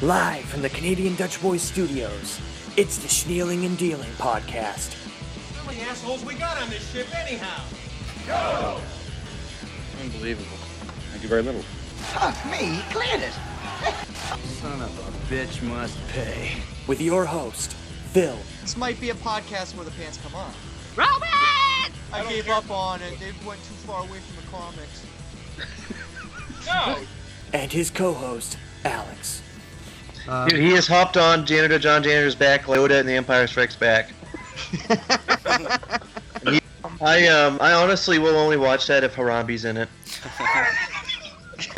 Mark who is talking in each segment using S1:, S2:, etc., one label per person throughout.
S1: Live from the Canadian Dutch Boys Studios, it's the Schneeling and Dealing Podcast.
S2: How many assholes we got on this ship anyhow?
S3: Unbelievable. I do very little.
S4: Fuck me, he cleared it.
S3: Son of a bitch must pay.
S1: With your host, Phil.
S5: This might be a podcast where the pants come on.
S6: Robert!
S5: I, gave up on it. They went too far away from the comics.
S2: No.
S1: And his co host, Alex.
S7: Dude, he has hopped on Janitor John Janitor's back, like Oda in The Empire Strikes Back. He- I um, I honestly will only watch that if Harambe's in it.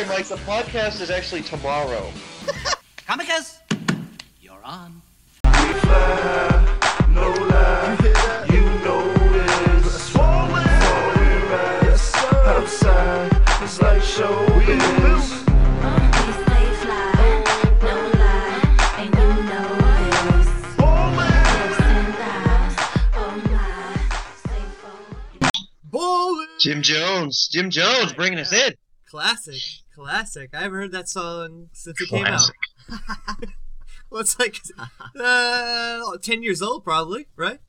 S7: like the podcast is actually tomorrow.
S8: Kamikas, you're on.
S7: Jim Jones, Jim Jones, bringing us in.
S9: Classic, classic. I haven't heard that song since it came out.
S7: Classic.
S9: Well, it's like uh, ten years old, probably, right?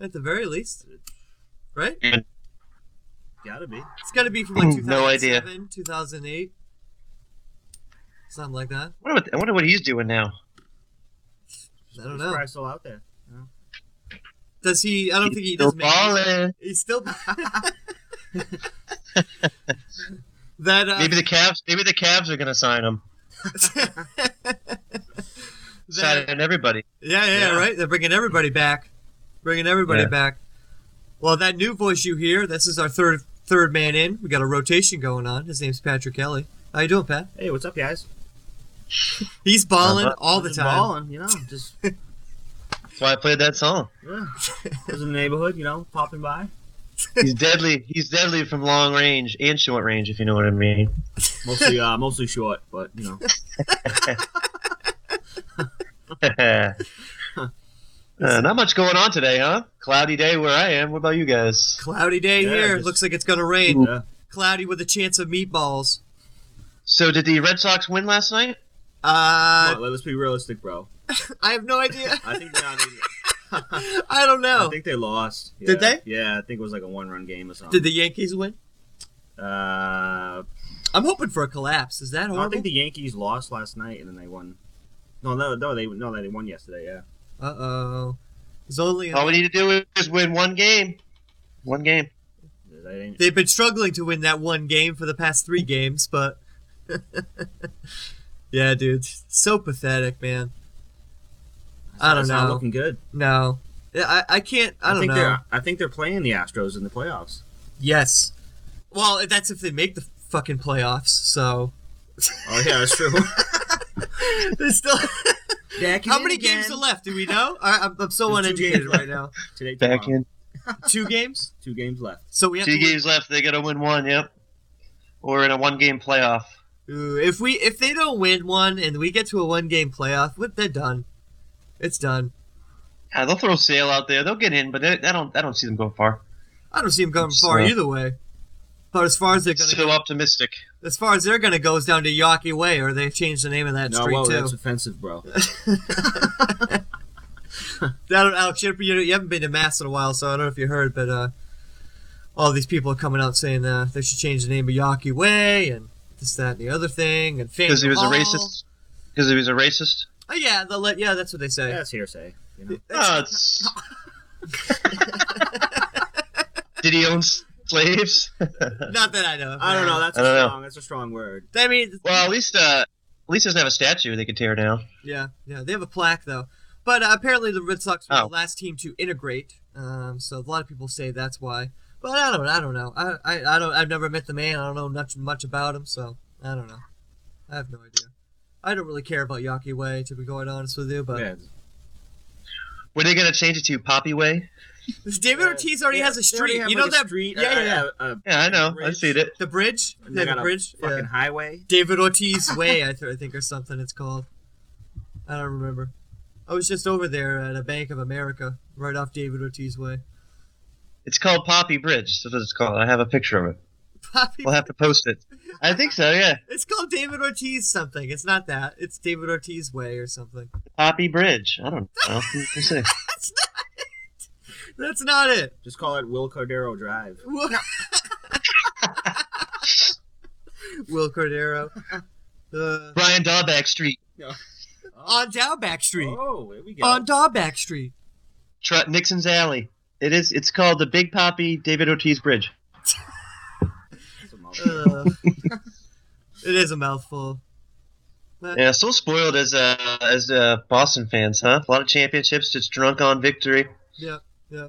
S9: At the very least, right?
S7: Yeah.
S9: Gotta be. It's gotta be from like 2007,
S7: No idea.
S9: 2008, something like that.
S7: I wonder, what, I wonder what he's doing now.
S9: I don't know.
S5: still out there.
S9: Does he? I don't think he
S7: You're
S9: does. make music.
S7: balling.
S9: He's still. that uh,
S7: Maybe the Cavs. Maybe the Cavs are gonna sign him.
S9: that,
S7: Signing everybody.
S9: Yeah, yeah, right. They're bringing everybody back, bringing everybody
S7: Yeah.
S9: back. Well, that new voice you hear, this is our third third man in. We got a rotation going on. His name's Patrick Kelly. How you doing, Pat?
S5: Hey, what's up, guys?
S9: He's balling
S7: Uh-huh.
S9: all the time.
S5: you know, just
S7: That's why I played that song.
S5: was in the neighborhood, you know, popping by.
S7: He's deadly. He's deadly from long range and short range, if you know what I mean.
S5: Mostly, uh, mostly short, but you know.
S7: uh, not much going on today, huh? Cloudy day where I am. What about you guys?
S9: Cloudy day
S5: Yeah,
S9: here.
S5: just-
S9: Looks like it's gonna rain. Cloudy with a chance of meatballs.
S7: So, did the Red Sox win last night?
S9: Uh,
S5: let's be realistic, bro.
S9: I have no idea.
S5: I think I,
S9: I don't know.
S5: think they lost.
S9: Did Yeah.
S5: Yeah, I think it was like a one-run game or something.
S9: Did the Yankees win?
S5: uh,
S9: I'm hoping for a collapse. Is that
S5: I
S9: horrible?
S5: don't think the Yankees lost last night, and then they won. No, no, no, they no, they won yesterday. Yeah.
S9: Uh oh. It's only.
S7: All we need to do is win one game. One game.
S5: They didn't-
S9: They've been struggling to win that one game for the past three games, but yeah, dude, so pathetic, man. I don't
S5: It's not
S9: know.
S5: Looking good.
S9: No, I, I can't. I don't
S5: think
S9: know.
S5: they're. I think they're playing the Astros in the playoffs.
S9: Yes. Well, that's if they make the fucking playoffs. So
S5: Oh yeah, that's true.
S9: they still. How many games are left? Do we know? I, I'm, I'm so
S5: There's two
S9: uneducated
S5: games
S9: right now.
S5: Today,
S7: Back
S5: tomorrow.
S7: in.
S9: Two games.
S5: Two games left.
S9: So we have
S7: Two
S9: to. win-
S7: games left. They got to win one. Yep. Or in a one-game playoff.
S9: Ooh, if we if they don't win one and we get to a one game playoff, what they're done. It's done.
S7: Yeah, they'll throw Sale out there. They'll get in, but they, I don't. I don't see them going far.
S9: I don't see them going far
S7: So-
S9: either way. But as far as they're gonna
S7: So optimistic.
S9: As far as they're gonna go is down to Yawkey Way, or they've changed the name of that
S5: No,
S9: street
S5: whoa,
S9: too.
S5: that's offensive, bro.
S9: I don't, Alex, you, you you haven't been to Mass in a while, so I don't know if you heard, but uh, all these people are coming out saying uh, they should change the name of Yawkey Way and this, that, and the other thing, and
S7: Because he was a
S9: Faneuil Hall.
S7: racist. Because he was a racist.
S9: Oh yeah, they'll let, yeah, that's what they say.
S5: That's hearsay. You know?
S7: Oh, it's- Did he own slaves?
S9: Not that I know. of,
S5: I don't
S9: no.
S5: know. That's
S7: I don't
S5: a
S7: know.
S5: strong. That's a strong word.
S9: I mean,
S7: Well, at least uh, at least he doesn't have a statue they could tear down.
S9: yeah, yeah, they have a plaque though. But uh, apparently the Red Sox were
S7: Oh.
S9: the last team to integrate, um, so a lot of people say that's why. But I don't, I don't know. I, I, I don't. I've never met the man. I don't know much, much about him, so I don't know. I have no idea. I don't really care about Yaki Way, to be quite honest with you. But
S5: Yeah.
S7: Were they gonna change it to Poppy Way?
S9: David Ortiz already
S5: Yeah,
S9: has a
S5: they already
S9: street.
S5: have,
S9: You know
S5: like, a
S9: that?
S5: street.
S9: yeah,
S5: uh,
S9: yeah, yeah.
S5: uh, uh,
S7: Yeah, I know.
S5: Bridge.
S7: I've seen it.
S9: The bridge.
S5: and
S9: Yeah,
S5: they
S9: the
S5: got a
S9: bridge.
S5: Fucking
S9: yeah.
S5: highway.
S9: David Ortiz Way, I, th- I think, or something it's called. I don't remember. I was just over there at a Bank of America, right off David Ortiz Way.
S7: It's called Poppy Bridge. That's what it's called. I have a picture of it.
S9: Copy.
S7: We'll have to post it. I think so. Yeah,
S9: It's called David Ortiz something. It's not that. It's David Ortiz way or something.
S7: Poppy Bridge. I don't know. What to say.
S9: That's not it. That's not it.
S5: Just call it Will Cordero Drive.
S9: Will, Will Cordero. Uh,
S7: Brian Dawback Street.
S9: on down back street.
S5: Oh, there we go.
S9: on down back street.
S7: Tr- Nixon's Alley. It is. It's called the Big Poppy David Ortiz Bridge.
S5: That's a mouthful.
S9: Uh, it is a mouthful.
S7: Yeah, so spoiled as uh, as uh, Boston fans, huh? A lot of championships, just drunk on victory.
S9: Yeah, yeah,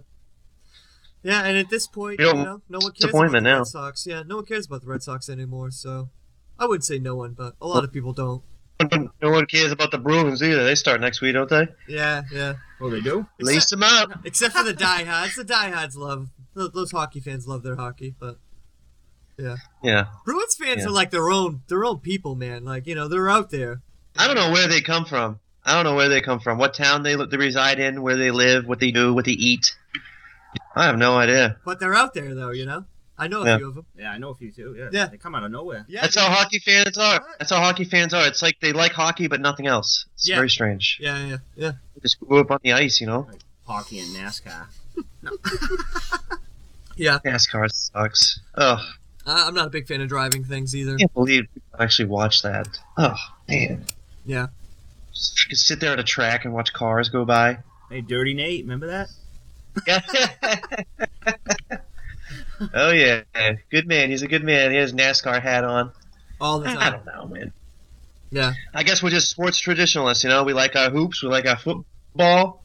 S9: yeah. And at this point,
S7: You
S9: you
S7: know,
S9: know, no one cares about the
S7: disappointment now.
S9: Red Sox. Yeah, no one cares about the Red Sox anymore. So, I wouldn't say no one, but a lot of people don't.
S7: No one cares about the Bruins either. They start next week, don't they?
S9: Yeah, yeah.
S5: Oh, they do?
S7: Lace them up.
S9: Except for the diehards. The diehards love th- those hockey fans love their hockey, but
S7: Yeah.
S9: Bruins fans
S7: Yeah.
S9: are like their own their own people, man. Like you know, they're out there.
S7: I don't know where they come from. I don't know where they come from. What town they li- they reside in, where they live, what they do, what they eat. I have no idea.
S9: But they're out there though, you know. I know a
S7: Yeah.
S9: few of them.
S5: Yeah, I know a few too. Yeah.
S9: Yeah.
S5: They come out of nowhere.
S9: Yeah,
S7: That's how hockey fans are. That's how hockey fans are. It's like they like hockey but nothing else. It's
S9: Yeah.
S7: very strange.
S9: yeah, yeah, yeah.
S7: They just grew up on the ice, you know.
S5: Hockey and NASCAR.
S7: NASCAR sucks. Ugh, I
S9: I- I'm not a big fan of driving things either.
S7: can't believe people actually watch that. Oh man,
S9: Yeah,
S7: just freaking sit there at a track and watch cars go by.
S5: Hey, Dirty Nate, remember that?
S7: Yeah. oh yeah, good man. He's a good man. He has his NASCAR hat on.
S9: all the
S7: I
S9: time.
S7: don't know, man.
S9: Yeah,
S7: I guess we're just sports traditionalists, you know. We like our hoops, we like our football,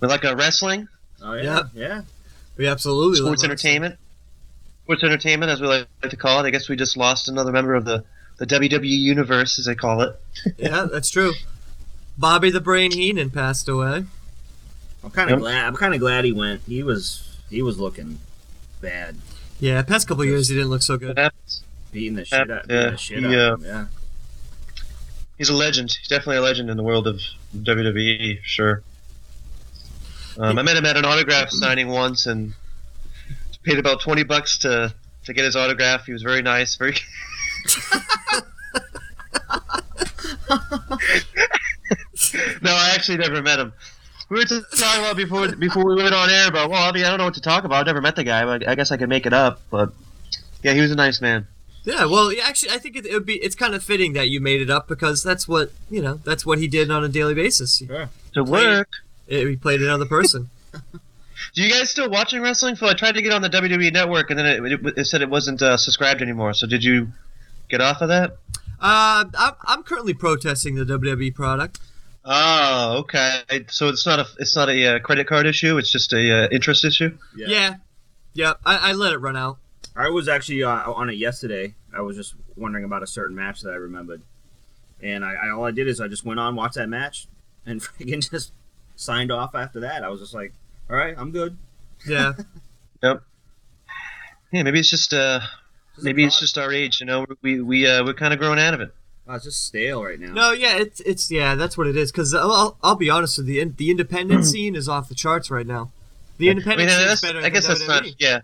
S7: we like our wrestling,
S5: Oh, yeah. Yeah.
S9: we absolutely. love
S7: sports
S9: wrestling.
S7: entertainment, sports entertainment, as we like to call it. I guess we just lost another member of the the WWE universe, as they call it.
S9: Yeah, that's true. Bobby the Brain Heenan passed away.
S5: I'm kind of
S7: Yep.
S5: glad. I'm kind of glad he went. He was. He was looking bad.
S9: Yeah, past couple years he didn't look so
S7: What
S9: good.
S7: happens?
S5: Beating the shit out. beating
S7: Yeah,
S5: the shit
S7: he,
S5: out
S7: uh,
S5: of him, Yeah.
S7: He's a legend. He's definitely a legend in the world of WWE, for sure. Um, I met him at an autograph signing once and paid about twenty bucks to to get his autograph. He was very nice, very No, I actually never met him. We were just talking about before before we went on air about well, I mean, I don't know what to talk about. I've never met the guy, but I guess I could make it up. But yeah, he was a nice man.
S9: Yeah, well, yeah, actually, I think it, it would be. It's kind of fitting that you made it up because that's what you know. That's what he did on a daily basis. He,
S7: To work.
S9: it- he played another person.
S7: Do you guys still watching wrestling? Phil, I tried to get on the WWE Network, and then it, it, it said it wasn't uh, subscribed anymore. So did you get off of that?
S9: Uh, I'm, I'm currently protesting the WWE product.
S7: Oh, okay. So it's not a it's not a uh, credit card issue. It's just a uh, interest issue.
S9: Yeah,
S5: Yeah.
S9: yeah, I, I let it run out.
S5: I was actually uh, on it yesterday. I was just wondering about a certain match that I remembered, and I, I all I did is I just went on watched that match, and freaking just signed off after that. I was just like, all right, I'm good.
S9: Yeah,
S7: Yeah, maybe it's just uh, maybe it's just our age. You know, we we uh, we're kind of growing out of it.
S5: Oh, it's just stale right now.
S9: no, yeah, it's it's yeah, that's what it is. Because I'll, I'll, I'll be honest with you, the in- the independent scene is off the charts right now. The
S7: Mm. I mean,
S9: independent scene is
S7: that's,
S9: better.
S7: I guess
S9: than E.
S7: that's not. Yeah,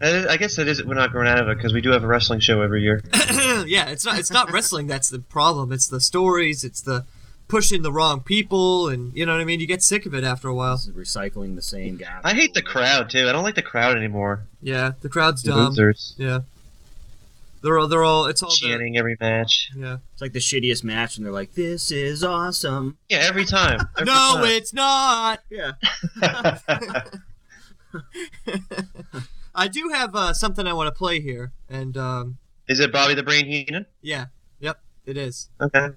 S7: I I guess that is. We're not growing out of it because we do have a wrestling show every year.
S9: WWE. E. yeah, it's not it's not wrestling that's the problem. It's the stories. It's the pushing the wrong people, and you know what I mean. You get sick of it after a while.
S5: This is recycling the same guy.
S7: I hate the crowd too. I don't like the crowd anymore.
S9: Yeah, the crowd's
S7: The
S9: dumb.
S7: losers
S9: Yeah, they're all they're all it's all the,
S7: chanting every match.
S9: yeah.
S5: It's like the shittiest match, and they're like, "This is awesome."
S7: Yeah, every time. Every
S9: No,
S7: time.
S9: it's not.
S5: Yeah.
S9: I do have uh, something I want to play here, and um,
S7: Is it Bobby the Brain Heenan?
S9: yeah, yep, it is.
S7: Okay.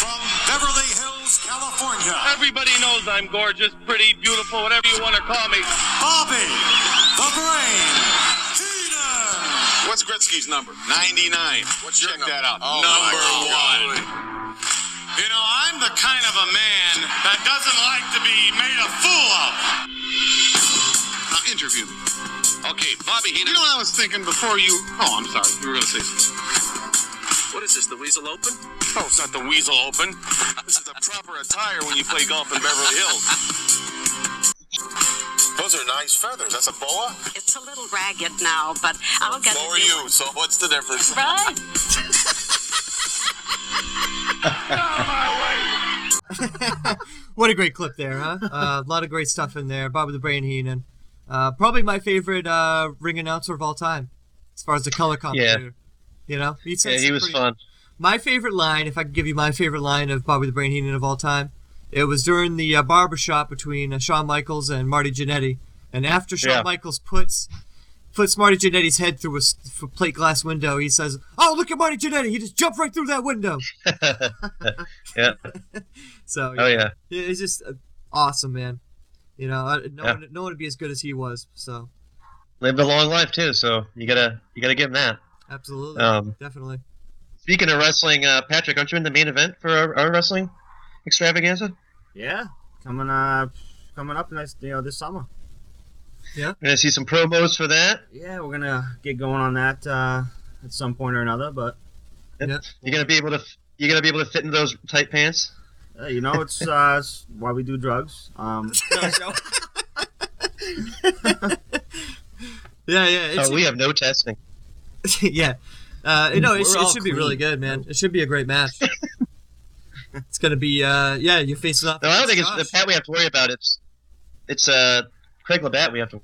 S6: From Beverly Hills, California,
S10: Everybody knows I'm gorgeous, pretty, beautiful, whatever you want to call me.
S6: Bobby the Brain Heenan. What's Gretzky's number? 99. What's Check that out. number Oh, one. You know, I'm the kind of a man that doesn't like to be made a fool of. Now interview me.
S10: Okay, Bobby
S6: You
S10: Heenan.
S6: know what I was thinking before you. Oh, I'm sorry. You were going to say something.
S10: What is this, the Weasel Open?
S6: Oh, it's not the Weasel Open. This is the proper attire when you play golf in Beverly Hills. Those are nice feathers. That's a boa?
S11: It's a little ragged now, but I'll get
S6: so
S11: it.
S6: are you, so what's the difference?
S11: Right?
S9: what a great clip there, huh? Uh, a lot of great stuff in there. Bobby the Brain Heenan. Uh, probably my favorite uh, ring announcer of all time, as far as the color commentator. You know? He said
S7: Yeah, he
S9: some
S7: was
S9: pretty-
S7: fun.
S9: My favorite line, if I could give you my favorite line of Bobby the Brain Heenan of all time, it was during the uh, barber shop between uh, Shawn Michaels and Marty Jannetty. And after Shawn
S7: Yeah.
S9: Michaels puts puts Marty Jannetty's head through a s- f- plate glass window, he says, "Oh, look at Marty Jannetty! He just jumped right through that window."
S7: Yeah.
S9: So
S7: Oh, yeah.
S9: Yeah, he's just uh, awesome, man. You know, I- no
S7: Yeah.
S9: one no one would be as good as he was. So
S7: Lived a long life too, so you gotta you gotta give him that.
S9: absolutely,
S7: Um,
S9: definitely.
S7: Speaking of wrestling, uh, Patrick, aren't you in the main event for our, our wrestling extravaganza?
S5: Yeah, coming up, coming up next, you know, this summer.
S7: We're gonna see some promos for that.
S5: Yeah, we're gonna get going on that uh, at some point or another. But
S9: Yeah.
S7: You're gonna be able to you're gonna be able to fit in those tight pants.
S5: uh, you know, it's, uh, it's why we do drugs. Um,
S9: Yeah, yeah. It
S7: Oh,
S9: should-
S7: we have no testing.
S9: yeah. Uh, no,
S5: We're
S9: it, sh- it
S5: all
S9: should be really
S5: clean.
S9: good, man. It should be a great match. it's gonna be, uh, yeah, you're facing off.
S7: No, I don't think it's
S9: against
S7: the
S9: Josh.
S7: Pat we have to worry about. It's it's uh Craig Labatt we have to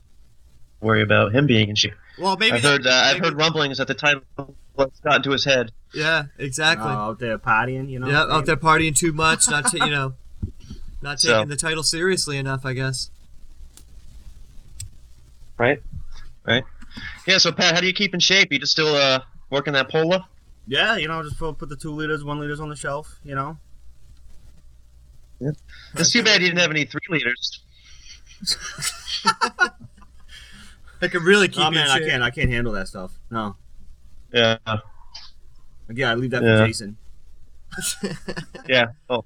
S7: worry about him being in shape.
S9: Well, maybe.
S7: I've heard uh,
S9: that-
S7: I've
S9: maybe-
S7: heard rumblings that the title got into his head.
S9: Yeah, exactly.
S5: uh, out there partying, you know.
S9: yeah, out there partying too much, not ta- you know, not
S7: So.
S9: taking the title seriously enough, I guess.
S7: Right. Right. Yeah. So Pat, how do you keep in shape? You just still uh working that polo?
S5: Yeah, you know, just put put the two liters, one liters on the shelf, you know.
S7: It's too bad you didn't have any three liters.
S9: I can really keep
S5: oh
S9: you
S5: man,
S9: in
S5: I
S9: shape.
S5: can't, I can't handle that stuff. No,
S7: Yeah.
S5: yeah, I leave that
S7: Yeah.
S5: for Jason.
S7: Yeah. Oh.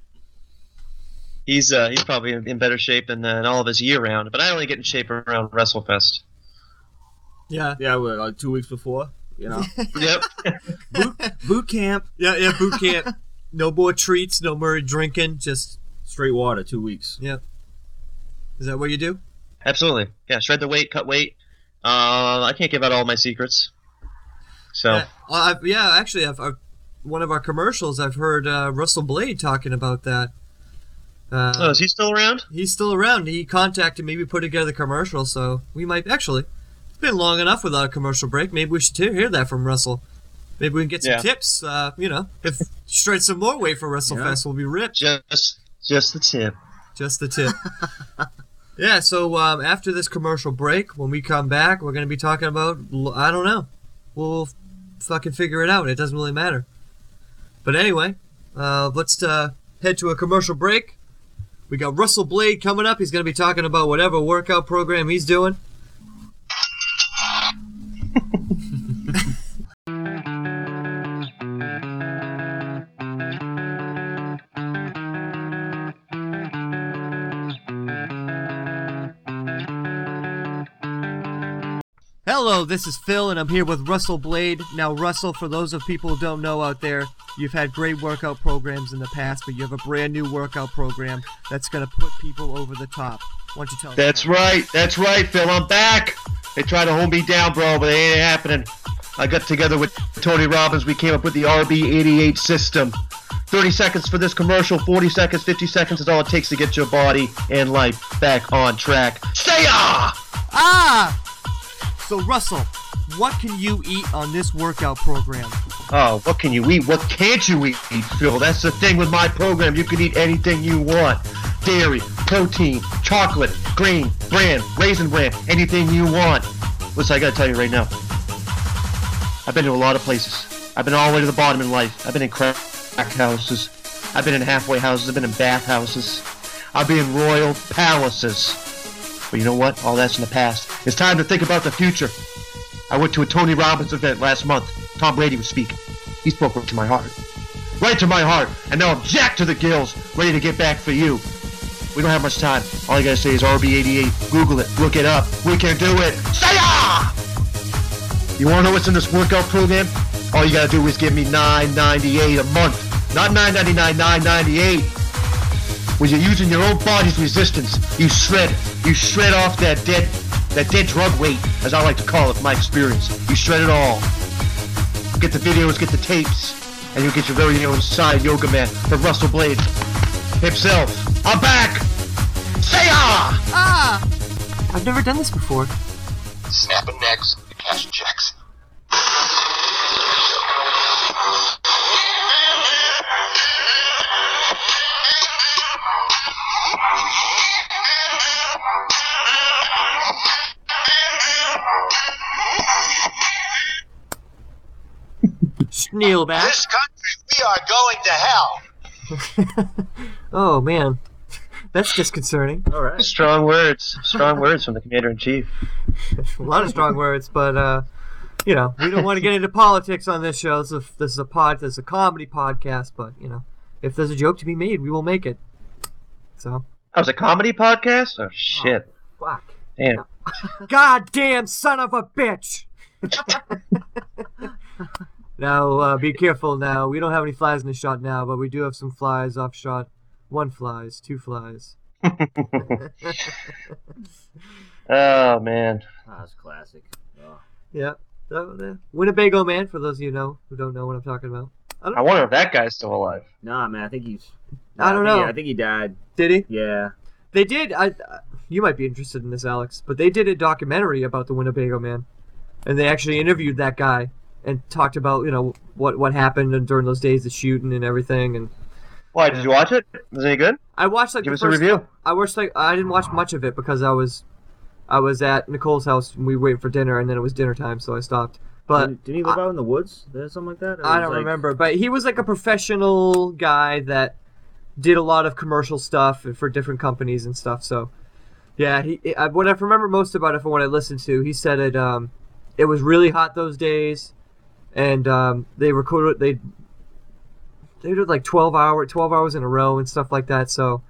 S7: He's uh he's probably in in better shape than, uh, than all of us year round. But I only get in shape around WrestleFest.
S9: Yeah,
S5: Yeah, we're, like two weeks before, you know,
S7: Yep.
S5: boot camp,
S9: yeah, yeah. Boot camp. no more treats. No more drinking. Just
S5: straight water, two weeks.
S9: yeah. Is that what you do?
S7: Absolutely. Yeah. Shred the weight, cut weight. Uh, I can't give out all my secrets. So
S9: Yeah, I- I've, yeah actually, I've, I've, one of our commercials, I've heard uh, Russell Blade talking about that. Uh,
S7: Oh, is he still around?
S9: He's still around. He contacted me. We put together a commercial, so we might actually. It's been long enough without a commercial break. Maybe we should hear hear that from Russell. Maybe we can get some
S7: Yeah.
S9: tips. Uh, you know, if shred some more weight for WrestleFest, we'll be ripped.
S7: Just just the tip.
S9: Just the tip. yeah. So um, after this commercial break, when we come back, we're going to be talking about l- I don't know. We'll f- fucking figure it out. It doesn't really matter. But anyway, uh, let's uh, head to a commercial break. We got Russell Blade coming up. He's going to be talking about whatever workout program he's doing. Hello, this is Phil, and I'm here with Russell Blade. Now, Russell, for those of people who don't know out there, you've had great workout programs in the past, but you have a brand new workout program that's going to put people over the top. Why don't you tell
S7: That's
S9: them?
S7: right. That's right, Phil. I'm back. They tried to hold me down, bro, but it ain't happening. I got together with Tony Robbins. We came up with the RB88 system. 30 seconds for this commercial, 40 seconds, 50 seconds is all it takes to get your body and life back on track. Say ah!
S9: Ah! So, Russell, what can you eat on this workout program?
S7: Oh, what can you eat? What can't you eat, Phil? That's the thing with my program. You can eat anything you want. Dairy, protein, chocolate, green, bran, raisin bran, anything you want. Listen, I gotta tell you right now. I've been to a lot of places. I've been all the way to the bottom in life. I've been in crack houses. I've been in halfway houses. I've been in bath houses. I've been in royal palaces. But you know what? All that's in the past. It's time to think about the future. I went to a Tony Robbins event last month. Tom Brady was speaking. He spoke right to my heart. Right to my heart. And now I'm jacked to the gills, ready to get back for you. We don't have much time. All you gotta say is RB88. Google it. Look it up. We can do it. Say ah! You wanna know what's in this workout program? All you gotta do is give me 998 a month. Not 999, 998. When you're using your own body's resistance, you shred it. You shred off that dead, that dead drug weight, as I like to call it, from my experience. You shred it all. Get the videos, get the tapes, and you'll get your very own side yoga man from Russell Blades himself. I'm back. Say ah.
S9: Ah! I've never done this before.
S12: Snapping necks, cash checks.
S9: Schneel back.
S12: This country, we are going to hell.
S9: Oh man, that's disconcerting. All right.
S7: Strong words. Strong words from the commander in chief.
S9: a lot of strong words, but uh, you know, we don't want to get into politics on this show. This is a, this is a pod, this is a comedy podcast, but you know, if there's a joke to be made, we will make it. So,
S7: That was a comedy podcast. Oh shit.
S9: fuck.
S7: Damn.
S9: Goddamn son of a bitch! now, uh, be careful now. We don't have any flies in the shot now, but we do have some flies off shot. One flies, two flies.
S7: Oh man.
S5: Ah, that's classic. Oh.
S9: Yeah. So, uh, Winnebago Man, for those of you know who don't know what I'm talking about. I, don't
S7: I wonder if that guy's still alive.
S5: Nah, man, I think he's.
S9: I don't
S5: think he-
S9: know.
S5: I think he died.
S9: Did he?
S5: Yeah.
S9: They did. I. I- You might be interested in this, Alex, but they did a documentary about the Winnebago Man, and they actually interviewed that guy and talked about you know what what happened and during those days, the shooting and everything. And
S7: Why did you watch it? Was it any good?
S9: I watched like
S7: Give
S9: the
S7: us a
S9: first-
S7: review.
S9: I watched like I didn't watch much of it because I was, I was at Nicole's house and we were waiting for dinner, and then it was dinner time, so I stopped.
S7: Mm.
S9: But
S5: didn't, didn't he live out in the woods or something like that? Or
S9: I
S5: was,
S9: don't
S5: like-
S9: remember, but he was like a professional guy that did a lot of commercial stuff and for different companies and stuff. So, yeah, he. I, what I remember most about it from what I listened to, he said it. Um, it was really hot those days, and um, they recorded they. They did like twelve hour, twelve hours in a row and stuff like that. So,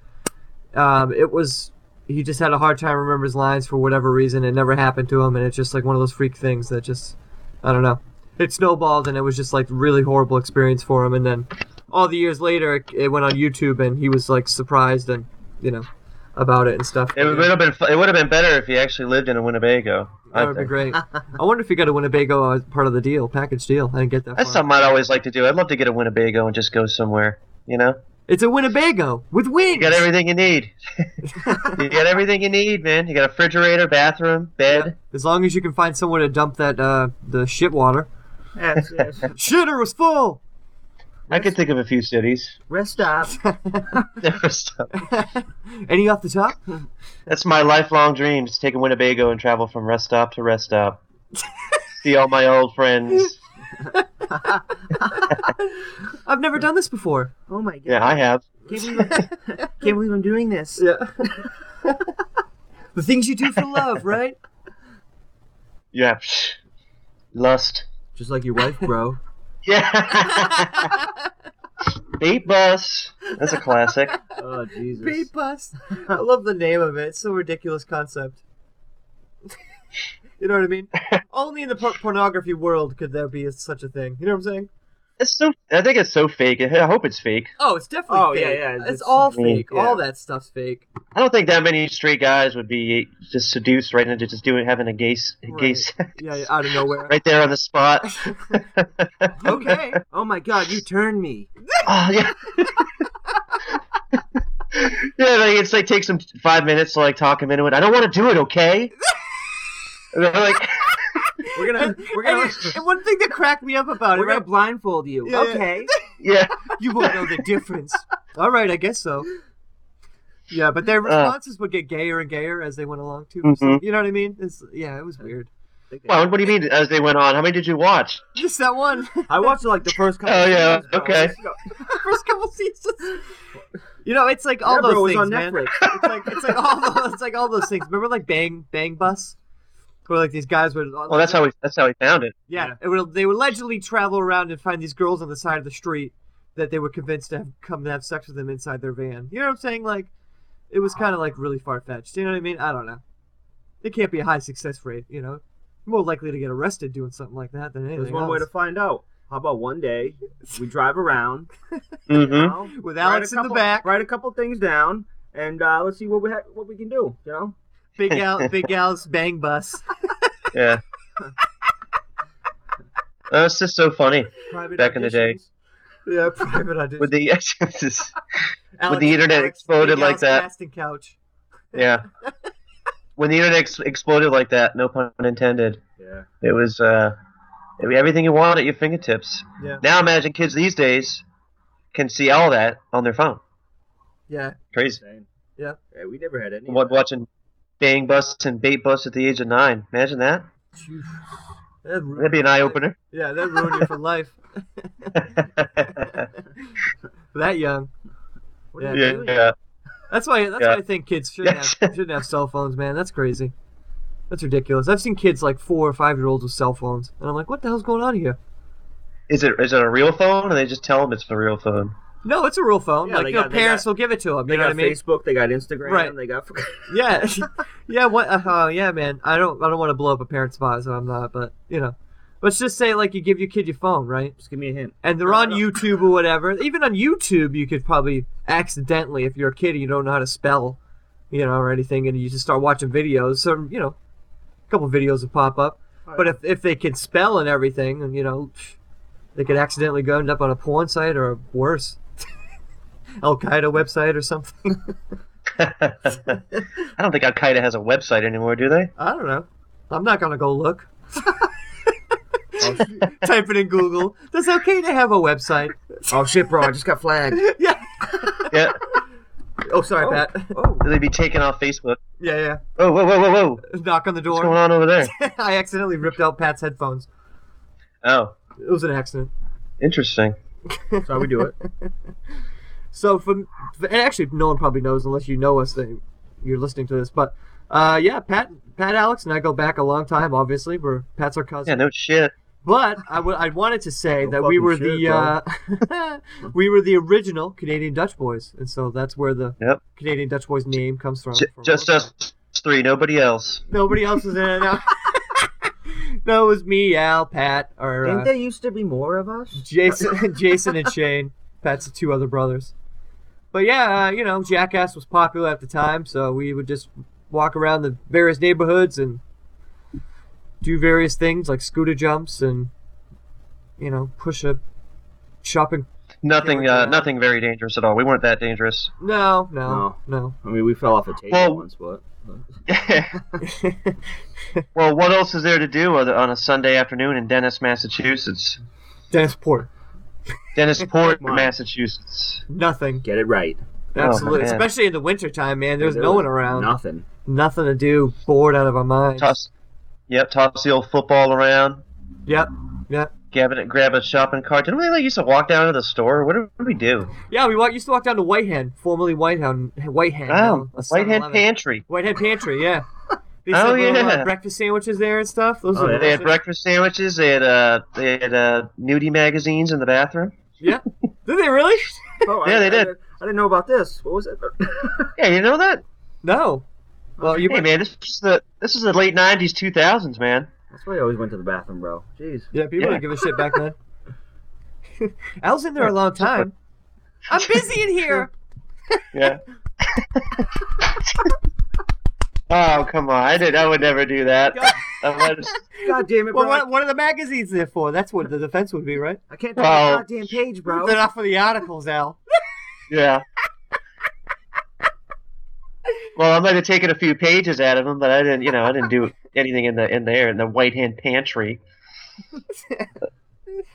S9: um, it was. He just had a hard time remembering his lines for whatever reason. It never happened to him, and it's just like one of those freak things that just, I don't know it snowballed and it was just like really horrible experience for him and then all the years later it, it went on youtube and he was like surprised and you know about it and stuff
S7: It would have been. fu- It would have been better if he actually lived in a Winnebago. I
S9: that would be
S7: think.
S9: great i wonder if he got a winnebago as part of the deal package deal i didn't get that
S7: That's
S9: far.
S7: something I'd always like to do. I'd love to get a Winnebago and just go somewhere. You know,
S9: it's a winnebago with
S7: you
S9: wings
S7: got everything you need. you got everything you need, man. You got a refrigerator, bathroom, bed.
S9: as long as you can find somewhere to dump that uh the shit water
S5: Yes, yes.
S9: shitter was full
S7: I could think of a few cities.
S5: Rest stop.
S9: any off the top
S7: That's my lifelong dream: is to take a Winnebago and travel from rest stop to rest stop, see all my old friends.
S9: i've never done this before
S1: Oh my god.
S7: Yeah, I have.
S1: Can't believe, I'm, can't believe I'm doing this.
S9: yeah the things you do for love right
S7: Yeah, lust.
S9: just like your wife bro
S7: Yeah. Beat bus. That's a classic.
S5: Oh Jesus.
S9: Bait bus. I love the name of it. It's so ridiculous concept. you know what I mean? Only in the por- pornography world could there be such a thing. You know what I'm saying?
S7: It's so. I think it's so fake. I hope it's fake.
S9: Oh, it's definitely
S5: Oh,
S9: fake.
S5: yeah, yeah,
S9: It's,
S5: it's-
S9: all
S7: yeah.
S9: fake. All that stuff's fake.
S7: I don't think that many straight guys would be just seduced right into just doing having a gay s- gay
S9: Right.
S7: sex
S9: Yeah, yeah, out of nowhere.
S7: right there on the spot.
S9: Okay.
S1: Oh my god, you turned me.
S7: oh, yeah. yeah, like it's like takes them five minutes to like talk him into it. I don't want to do it, okay? And they're like,
S1: We're gonna we're gonna
S9: And, and one thing that cracked me up about it,
S1: we're gonna
S9: right?
S1: blindfold you.
S9: Yeah, yeah.
S1: okay.
S7: yeah,
S9: You won't know the difference. all right, I guess so. Yeah, but
S7: Uh.
S9: their responses would get gayer and gayer as they went along too. So,
S7: Mhm.
S9: you know what I mean? It's, yeah, it was weird.
S7: well, what do you mean? As they went on, how many did you watch?
S9: Just that one.
S1: I watched like the first couple
S7: Oh, yeah,
S1: seasons, bro.
S7: okay.
S9: first couple seasons. You know, it's like all
S1: Yeah,
S9: those
S1: bro, it was
S9: things,
S1: on
S9: man.
S1: Netflix.
S9: It's like it's like all those, it's like all those things. Remember, like Bang Bang Bus, where like these guys would.
S7: Well, that's how we that's how we found it.
S9: Yeah, It would, they would allegedly travel around and find these girls on the side of the street that they were convinced to have come to have sex with them inside their van. You know what I'm saying? Like, it was kind of like really far fetched. You know what I mean? I don't know. It can't be a high success rate. You know, You're more likely to get arrested doing something like that than anything
S5: There's one way
S9: else.
S5: to find out. How about one day we drive around you
S7: Mm-hmm.
S5: know,
S9: With
S5: write a
S9: Alex in the
S5: couple-
S9: back.
S5: Write a couple things down, and uh, let's see what we ha- what we can do. You know,
S13: Big Al, Big Al's bang bus.
S7: Yeah. That's just so funny.
S13: Private
S7: back in the day,
S9: Yeah, private audition.
S7: with the with the internet exploded
S9: Big
S7: like
S9: Al's
S7: that.
S9: Casting couch.
S7: Yeah. when the internet ex- exploded like that, no pun intended.
S5: Yeah.
S7: It was uh, it was everything you want at your fingertips.
S9: Yeah.
S7: Now imagine kids these days can see all that on their phone.
S9: Yeah.
S7: Crazy.
S9: Yeah.
S5: Yeah, we never had any. of
S7: What watching Bang Bus and Bait Bus at the age of nine? Imagine that.
S9: That'd ruin
S7: That'd be an eye opener.
S9: Yeah, that ruined you for life. that young. What are you
S7: yeah,
S9: doing?
S7: yeah.
S9: That's why. That's
S7: Yeah.
S9: why I think kids shouldn't have shouldn't have cell phones, man. That's crazy. That's ridiculous. I've seen kids like four or five year olds with cell phones, and I'm like, what the hell's going on here?
S7: Is it is it a real phone, or they just tell them it's the real phone?
S9: No, it's a real phone.
S5: Yeah,
S9: like
S5: they
S9: you know,
S5: got- they
S9: parents
S5: got-
S9: will give it to them.
S5: They
S9: you know
S5: got
S9: what I mean?
S5: Facebook. They got Instagram.
S9: Right.
S5: They got.
S9: Yeah, yeah. What? Uh, oh, yeah, man. I don't. I don't want to blow up a parent's spot, so I'm not. But you know, let's just say like you give your kid your phone, right?
S5: Just give me a hint.
S9: And they're on YouTube or whatever. Even on YouTube, you could probably accidentally, if you're a kid and you don't know how to spell, you know, or anything, and you just start watching videos. So you know, a couple videos will pop up. But if if they can spell and everything, and you know, they could accidentally go end up on a porn site or worse, Al Qaeda website or something.
S7: I don't think Al Qaeda has a website anymore, do they?
S9: I don't know. I'm not gonna go look. Type it in Google. That's okay to have a website.
S5: Oh shit, bro! I just got flagged.
S9: yeah.
S7: Yeah.
S9: Oh, sorry, Pat.
S7: They'd be taken off Facebook.
S9: Yeah, yeah.
S7: Oh, whoa, whoa, whoa, whoa!
S9: Knock on the door.
S7: What's going on over there?
S9: I accidentally ripped out Pat's headphones.
S7: Oh,
S9: It was an accident.
S7: interesting.
S5: That's how we do it.
S9: So, from and actually, no one probably knows unless you know us that you're listening to this. But uh, yeah, Pat, Pat, Alex, and I go back a long time. Obviously, we're Pat's our cousin.
S7: Yeah, no shit.
S9: But I wa- I wanted to say that we
S7: fucking
S9: were
S7: shit,
S9: the uh, we were the original Canadian Dutch Boys, and so that's where the
S7: Yep.
S9: Canadian Dutch Boys name comes from.
S7: J-
S9: from
S7: just us three, nobody else.
S9: Nobody else was in it now. no, it was me, Al, Pat, or
S13: Didn't
S9: uh,
S13: there used to be more of us?
S9: Jason, Jason and Shane. Pat's two other brothers. But yeah, uh, you know, Jackass was popular at the time, so we would just walk around the various neighborhoods and do various things like scooter jumps and you know push a shopping.
S7: Nothing, uh, nothing very dangerous at all. We weren't that dangerous.
S9: No, no, no.
S5: I mean, we fell off a table
S7: Well-
S5: once, but.
S7: Well, what else is there to do other- on a Sunday afternoon in Dennis, Massachusetts?
S9: Dennis Port.
S7: Dennis Port,
S9: Come on.
S7: Massachusetts.
S9: Nothing.
S5: Get it right.
S9: Absolutely,
S7: Oh, man.
S9: especially in the wintertime, man. There's
S5: There
S9: no
S5: was
S9: one around.
S5: Nothing.
S9: Nothing to do. Bored out of our minds.
S7: Toss, yep, toss the old football around.
S9: Yep, yep.
S7: Grab, it, grab a shopping cart. Didn't we like used to walk down to the store? What did we do?
S9: Yeah, we walk, used to walk down to Whitehead, formerly Whitehead. Whitehead.
S7: Oh,
S9: now a
S7: Whitehead
S9: 7-Eleven.
S7: Pantry.
S9: Whitehead Pantry, yeah. They
S7: Oh,
S9: sell little, uh,
S7: yeah. Oh,
S9: breakfast sandwiches there and stuff. Those are
S7: They had
S9: delicious.
S7: breakfast sandwiches. They had uh, they had uh, nudie magazines in the bathroom.
S9: Yeah. Did they really?
S5: Oh,
S7: Yeah,
S5: I,
S7: they
S5: I
S7: did.
S5: didn't- I didn't know about this. What was it?
S7: Yeah, you know that?
S9: No. Well, you
S7: hey man, this is the this is the late '90s, 2000s, man.
S5: That's why I always went to the bathroom, bro. Jeez.
S9: Yeah, people didn't give a shit back then. I was in there a long time. I'm busy in here.
S7: Yeah. oh come on! I did. I would never do that. I would-
S13: God damn it,
S9: Well,
S13: bro.
S9: what, what are the magazines there for? That's what the defense would be, right?
S13: I can't
S7: Oh.
S13: turn the goddamn page, bro.
S9: They're not for the articles, Al.
S7: yeah. Well, I might have taken a few pages out of them, but I didn't. You know, I didn't do anything in the in there in the White Hand Pantry.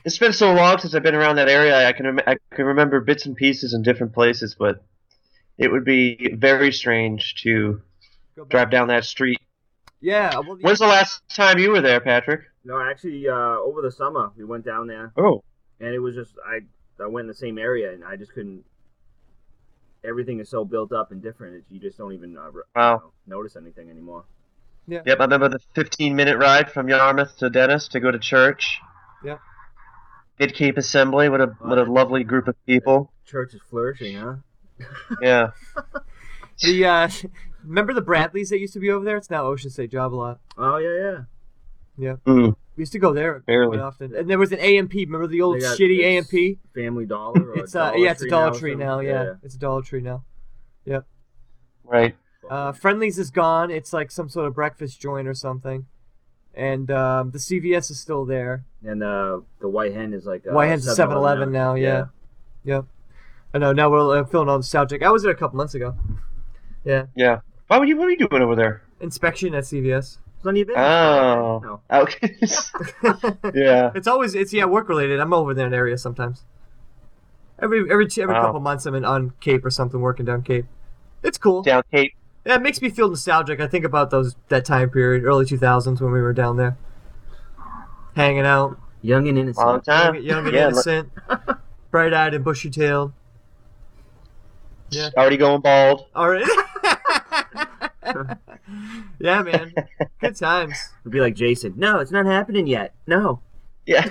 S7: It's been so long since I've been around that area. I can rem- I can remember bits and pieces in different places, but it would be very strange to drive down that street.
S9: yeah. Well,
S7: When's the last time you were there, Patrick?
S5: No, actually, uh, over the summer we went down there,
S7: Oh,
S5: and it was just I I went in the same area, and I just couldn't. Everything is so built up and different; it's- you just don't even uh, re-
S7: wow.
S5: notice anything anymore.
S7: Yep, I remember the 15 minute ride from Yarmouth to Dennis to go to church.
S9: Yep.
S7: Midcape Assembly, what a what a lovely group of people.
S5: Church is flourishing, huh?
S7: Yeah.
S9: The uh, remember the Bradleys that used to be over there? It's now Ocean State Job Lot.
S5: Oh yeah, yeah.
S9: Yeah.
S7: Mm.
S9: We used to go there
S7: Barely.
S9: quite often. And there was an AMP. Remember the old
S5: They got-
S9: shitty
S5: it's
S9: AMP?
S5: Family Dollar. Or
S9: It's uh,
S5: Dollar
S9: yeah, it's a
S5: Tree
S9: Dollar
S5: or
S9: Tree
S5: something?
S9: now. Yeah, it's a Dollar Tree now.
S7: Right.
S9: Uh, Friendlies is gone. It's like some sort of breakfast joint or something. And um, the CVS is still there.
S5: And uh, the White Hen is like uh,
S9: White Hen's 7 Eleven now, yeah. Yep. I know, now we're uh, feeling on nostalgic. I was there a couple months ago. Yeah.
S7: Yeah. Why would you? What are you doing over there?
S9: Inspection at CVS. It's none of your business.
S7: Oh. Okay. Uh. yeah.
S9: It's always, it's, yeah, work related. I'm over there in that area sometimes. Every every two- every
S7: Wow.
S9: couple months, I'm in on Cape or something, working down Cape. It's cool.
S7: Down Cape.
S9: Yeah, it makes me feel nostalgic. I think about those that time period, early 2000s when we were down there, hanging out,
S5: young and innocent,
S7: Long time.
S9: young, young and
S7: Uh, Yeah, look-
S9: innocent, bright-eyed and bushy-tailed. Yeah.
S7: Already going bald.
S9: All right. yeah, man. Good times.
S5: It'd be like Jason. No, it's not happening yet. No.
S7: Yeah.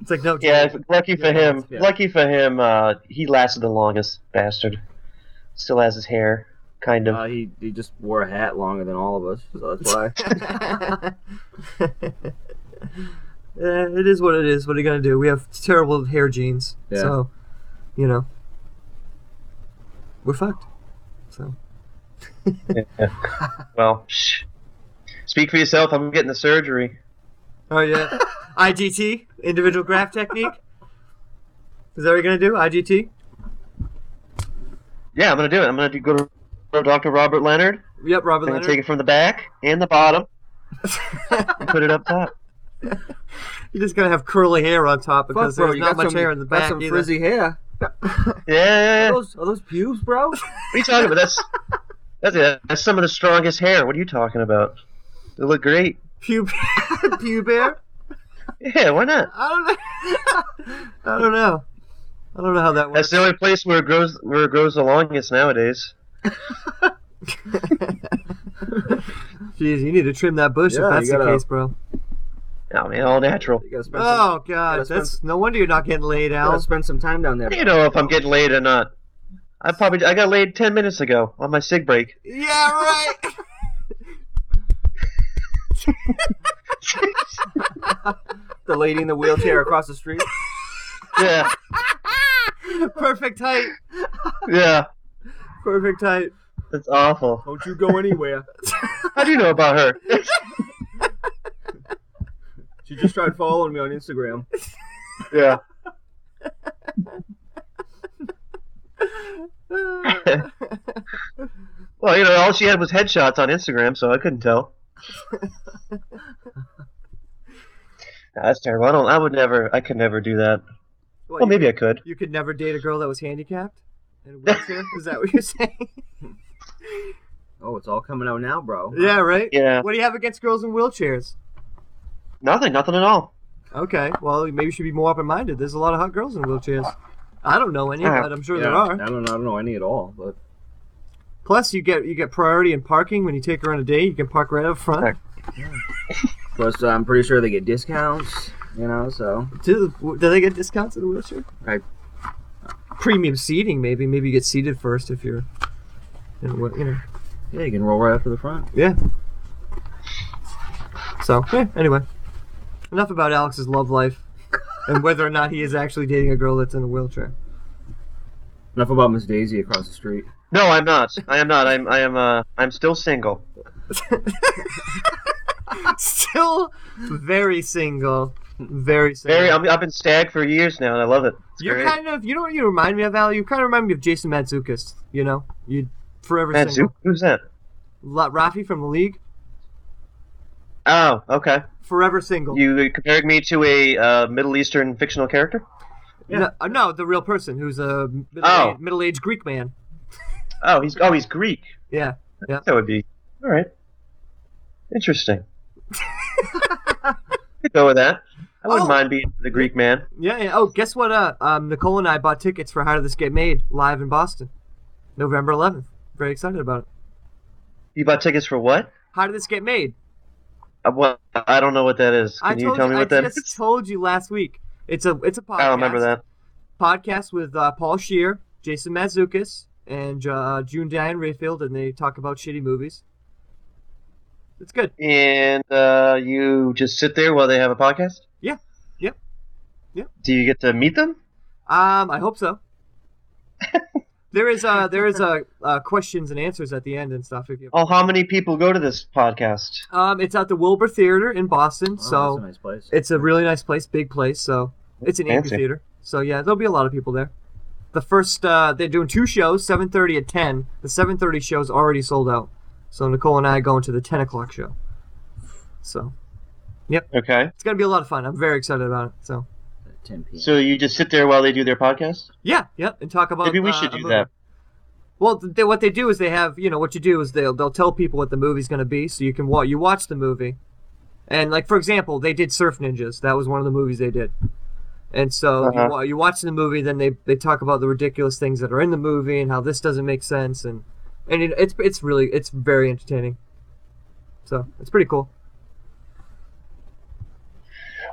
S9: It's like no.
S7: Yeah. if- Lucky for
S9: Yeah,
S7: him.
S9: yeah.
S7: Lucky for him. Uh, he lasted the longest, bastard. Still has his hair, kind of.
S5: Uh, he he just wore a hat longer than all of us, so that's why.
S9: Yeah, it is what it is. What are you gonna do? We have terrible hair genes,
S5: Yeah.
S9: so you know we're fucked. So
S7: well, shh. speak for yourself. I'm getting the surgery.
S9: oh yeah, IGT individual graft technique. Is that what you're gonna do? IGT?
S7: Yeah, I'm gonna do it. I'm gonna do, go to Dr. Robert Leonard.
S9: Yep, Robert
S7: I'm gonna
S9: Leonard.
S7: take it from the back and the bottom. and put it up top.
S9: You're just gonna have curly hair on top because
S1: bro,
S9: there's
S1: you
S9: not
S1: got
S9: much
S1: some-
S9: hair in the
S1: got
S9: back.
S1: some
S9: either.
S1: frizzy hair.
S7: Yeah. yeah, yeah.
S1: Are
S7: What
S1: those, are those pubes, bro?
S7: are you talking about? That's that's, it. that's some of the strongest hair. What are you talking about? They look great.
S9: Pube, pube hair.
S7: Yeah, why not?
S9: I don't know. I don't know. I don't know how that works.
S7: That's the only place where it grows where it grows the longest nowadays.
S9: Jeez, you need to trim that bush
S5: Yeah,
S9: if that's
S5: you
S9: the
S5: gotta-
S9: case, bro.
S7: I mean, Oh, all natural.
S5: You gotta spend some,
S9: Oh god,
S5: that's been-
S9: that's no wonder you're not getting laid
S5: gotta
S9: out.
S5: spend some time down there.
S7: You know if I'm getting laid or not. I probably I got laid ten minutes ago on my sig break.
S9: Yeah, right.
S1: the lady in the wheelchair across the street.
S7: Yeah,
S9: Perfect height.
S7: yeah,
S9: Perfect height.
S7: that's awful.
S1: Don't you go anywhere.
S7: How do you know about her?
S1: She just tried following me on Instagram.
S7: yeah. Well, you know, all she had was headshots on Instagram, so I couldn't tell. Nah, that's terrible. I don't. I would never. I could never do that.
S9: What,
S7: Well,
S9: you,
S7: maybe I could.
S9: you could never date a girl that was handicapped in a wheelchair? Is that what you're saying?
S5: Oh, it's all coming out now, bro.
S9: yeah, right?
S7: Yeah.
S9: What do you have against girls in wheelchairs?
S7: Nothing. Nothing at all.
S9: Okay, well, maybe you should be more open minded. There's a lot of hot girls in wheelchairs. I don't know any,
S7: Uh-huh. Yeah.
S9: but I'm sure
S5: Yeah,
S9: there are.
S5: I don't, I don't know any at all, but
S9: Plus, you get you get priority in parking when you take her on a date. You can park right up front.
S5: plus uh, I'm pretty sure they get discounts. You know, so
S9: Do, do they get discounts in a wheelchair?
S5: I-
S9: Premium seating, maybe. Maybe you get seated first if you're, in a wheel- you know.
S5: yeah, you can roll right up to the front.
S9: Yeah. So yeah, anyway, enough about Alex's love life and whether or not he is actually dating a girl that's in a wheelchair.
S5: Enough about Miss Daisy across the street.
S7: No, I'm not. I am not. I'm. I am. Uh. I'm still single.
S9: Still very single, very single.
S7: Very. I'm, I've been stag for years now, and I love it. It's
S9: You're
S7: great.
S9: kind of you know what you remind me of, Al. You kind of remind me of Jason Mantzoukas. You know, you forever
S7: Man,
S9: single.
S7: Zook- who's that?
S9: La- Rafi from the league,
S7: Oh, okay.
S9: forever single.
S7: You compared me to a uh, Middle Eastern fictional character.
S9: No, uh, no, the real person who's a middle
S7: Oh.
S9: middle-aged Greek man.
S7: Oh, he's. Oh, he's Greek.
S9: Yeah,
S7: That would be all right. Interesting. Could go with that. I wouldn't
S9: Oh.
S7: mind being the Greek man.
S9: yeah, yeah. Oh, guess what? Uh, um, Nicole and I bought tickets for How Did This Get Made live in Boston, November 11th. Very excited about it.
S7: You bought tickets for what?
S9: How did this get made?
S7: Uh, well, I don't know what that is. Can
S9: I
S7: you
S9: told
S7: tell me
S9: I
S7: what that is?
S9: just told you last week. It's a it's a podcast.
S7: I don't remember that.
S9: podcast with uh, Paul Shear, Jason Mazzukas, and uh, June Diane Rayfield, and they talk about shitty movies. It's good.
S7: And uh, you just sit there while they have a podcast.
S9: Yeah. Yep. Yep.
S7: Do you get to meet them?
S9: Um, I hope so. There is uh there is uh, uh questions and answers at the end and stuff. If you
S7: Oh, how many people go to this podcast?
S9: um, it's at the Wilbur Theater in Boston.
S5: Oh,
S9: so
S7: nice place.
S9: it's a really nice place, big place. So it's an
S7: Fancy.
S9: amphitheater. So yeah, there'll be a lot of people there. The first uh, they're doing two shows, seven thirty at ten. The seven thirty show's already sold out. So Nicole and I are going to the ten o'clock show. So Yep.
S7: Okay.
S9: it's gonna be a lot of fun. I'm very excited about it. So
S5: ten p.
S7: So you just sit there while they do their podcast?
S9: yeah, yep, and talk about
S7: Maybe we
S9: uh,
S7: should
S9: a
S7: do
S9: movie.
S7: that.
S9: Well, th- they, what they do is they have, you know, what you do is they'll they'll tell people what the movie's going to be, so you can wa you watch the movie, and like for example, they did Surf Ninjas. That was one of the movies they did, and so you
S7: Uh-huh.
S9: wa you watch the movie, then they they talk about the ridiculous things that are in the movie and how this doesn't make sense, and and it, it's it's really it's very entertaining, so it's pretty cool.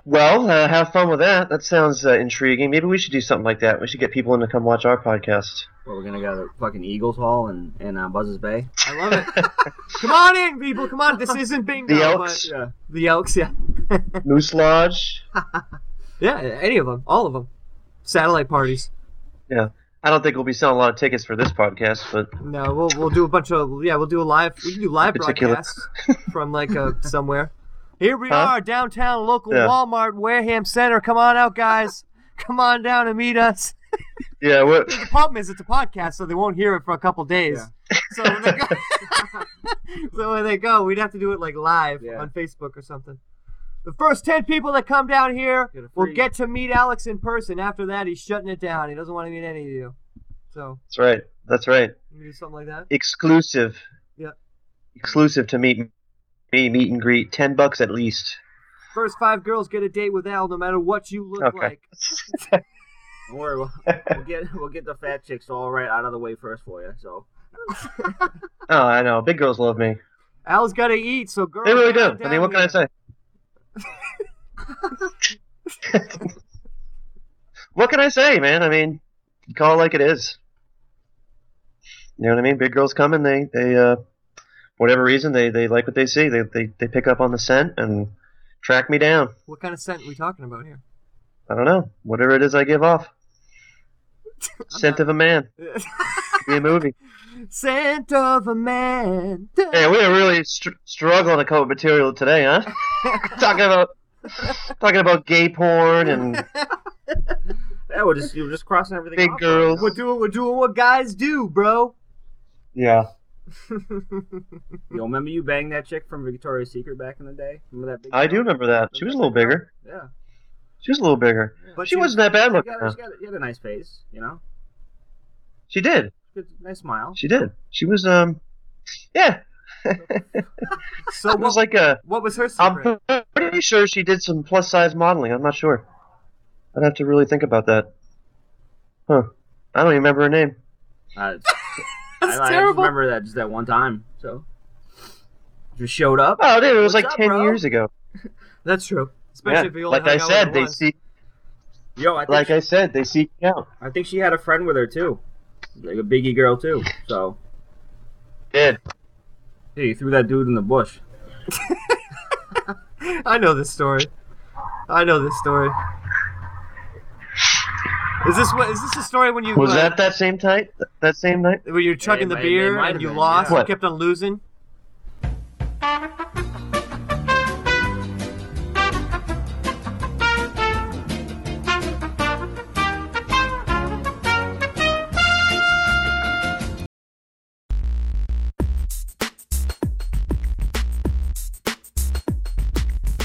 S7: Well, uh, have fun with that. That sounds uh, intriguing. Maybe we should do something like that. We should get people in to come watch our podcast.
S5: Well, we're gonna go to fucking Eagles Hall and and uh, Buzz's Bay.
S9: I love it. Come on in, people. Come on. This isn't bingo.
S5: The
S9: but,
S5: Elks?
S9: yeah. The Elks, yeah.
S7: Moose Lodge.
S9: Yeah, any of them, all of them. Satellite parties.
S7: Yeah. I don't think we'll be selling a lot of tickets for this podcast, but
S9: No, we'll we'll do a bunch of yeah. We'll do a live. We can do live
S7: Particular.
S9: broadcasts from like uh, somewhere. Here we
S7: Huh?
S9: are, downtown local
S7: Yeah.
S9: Walmart, Wareham Center. Come on out, guys. Come on down and meet us.
S7: yeah, we're,
S9: The problem is it's a podcast, so they won't hear it for a couple days. So when they go, so when they go, we'd have to do it like live on Facebook or something. The first ten people that come down here
S13: Get a free-
S9: will get to meet Alex in person. After that, he's shutting it down. He doesn't want to meet any of you. So
S7: that's right. That's right.
S9: we do something like that.
S7: Exclusive.
S9: Yeah.
S7: Exclusive to meet me, meet and greet. Ten bucks at least.
S9: First five girls get a date with Al, no matter what you look
S7: Okay.
S9: like.
S5: Don't worry, we'll, we'll get we'll get the fat chicks all right out of the way first for you. So
S7: Oh, I know. Big girls love me.
S9: Al's got to eat, so girls.
S7: They really
S9: come
S7: do.
S9: down
S7: I mean, what can I
S9: here.
S7: say? what can I say, man? I mean, you call it like it is. You know what I mean? Big girls come and they, they uh, whatever reason, they, they like what they see. They, they, they pick up on the scent and track me down.
S9: What kind of scent we talking about here?
S7: I don't know. Whatever it is I give off. scent of a man. Could Be a movie.
S9: Scent of a man.
S7: Hey, we are really str- struggling to come up with material today, huh? talking about talking about gay porn and
S5: yeah, we're just we're just crossing everything.
S7: Big
S5: off.
S7: girls.
S9: We're doing, we're doing what guys do, bro.
S7: yeah.
S5: Yo, remember you banged that chick from Victoria's Secret back in the day? Remember that? Big
S7: I do
S5: girl?
S7: remember that. She was a little bigger.
S5: Yeah,
S7: She was a little bigger.
S5: But
S7: she
S5: she-
S7: wasn't that bad
S5: she,
S7: looking.
S5: got,
S7: though.
S5: she, got, she had a nice face, you know.
S7: She did.
S5: Good, nice smile.
S7: She did. She was um yeah.
S9: So
S7: It
S9: what,
S7: was like a
S9: what was her secret?
S7: I'm pretty sure she did some plus size modeling. I'm not sure. I'd have to really think about that. Huh. I don't even remember her name.
S5: Uh,
S9: That's terrible.
S5: I, I just remember that just that one time. So just showed up.
S7: Oh dude, it was
S5: What's
S7: like
S5: up,
S7: ten
S5: bro?
S7: years ago.
S9: That's true. Especially if
S7: yeah.
S9: you only
S7: Like I
S9: hung out with her
S7: said, they
S9: once.
S7: seek
S5: Yo, I think
S7: like
S5: she,
S7: I said, they seek me out.
S5: I think she had a friend with her too, like a biggie girl too. So
S7: Did.
S5: yeah, you threw that dude in the bush.
S9: I know this story. I know this story. Is this what? Is this the story when you
S7: Was
S9: uh,
S7: that that same night? That same night?
S9: when you're chugging
S5: It
S9: the
S5: might- it
S9: beer
S5: might have
S9: and you
S5: been,
S9: lost,
S7: yeah.
S9: you
S7: What?
S9: kept on losing?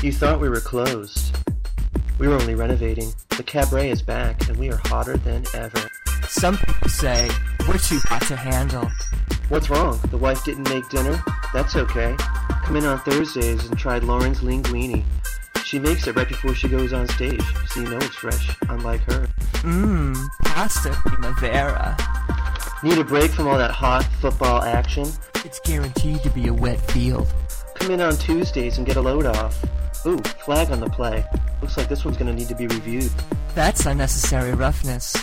S7: You thought we were closed. We were only renovating. The cabaret is back, and we are hotter than ever.
S1: Some people say we're too hot to handle.
S7: What's wrong? The wife didn't make dinner? That's okay. Come in on Thursdays and try Lauren's linguine. She makes it right before she goes on stage, so you know it's fresh, unlike her.
S1: Mmm, pasta primavera.
S7: Need a break from all that hot football action?
S1: It's guaranteed to be a wet field.
S7: Come in on Tuesdays and get a load off. Ooh, flag on the play. Looks like this one's gonna need to be reviewed.
S1: That's unnecessary roughness.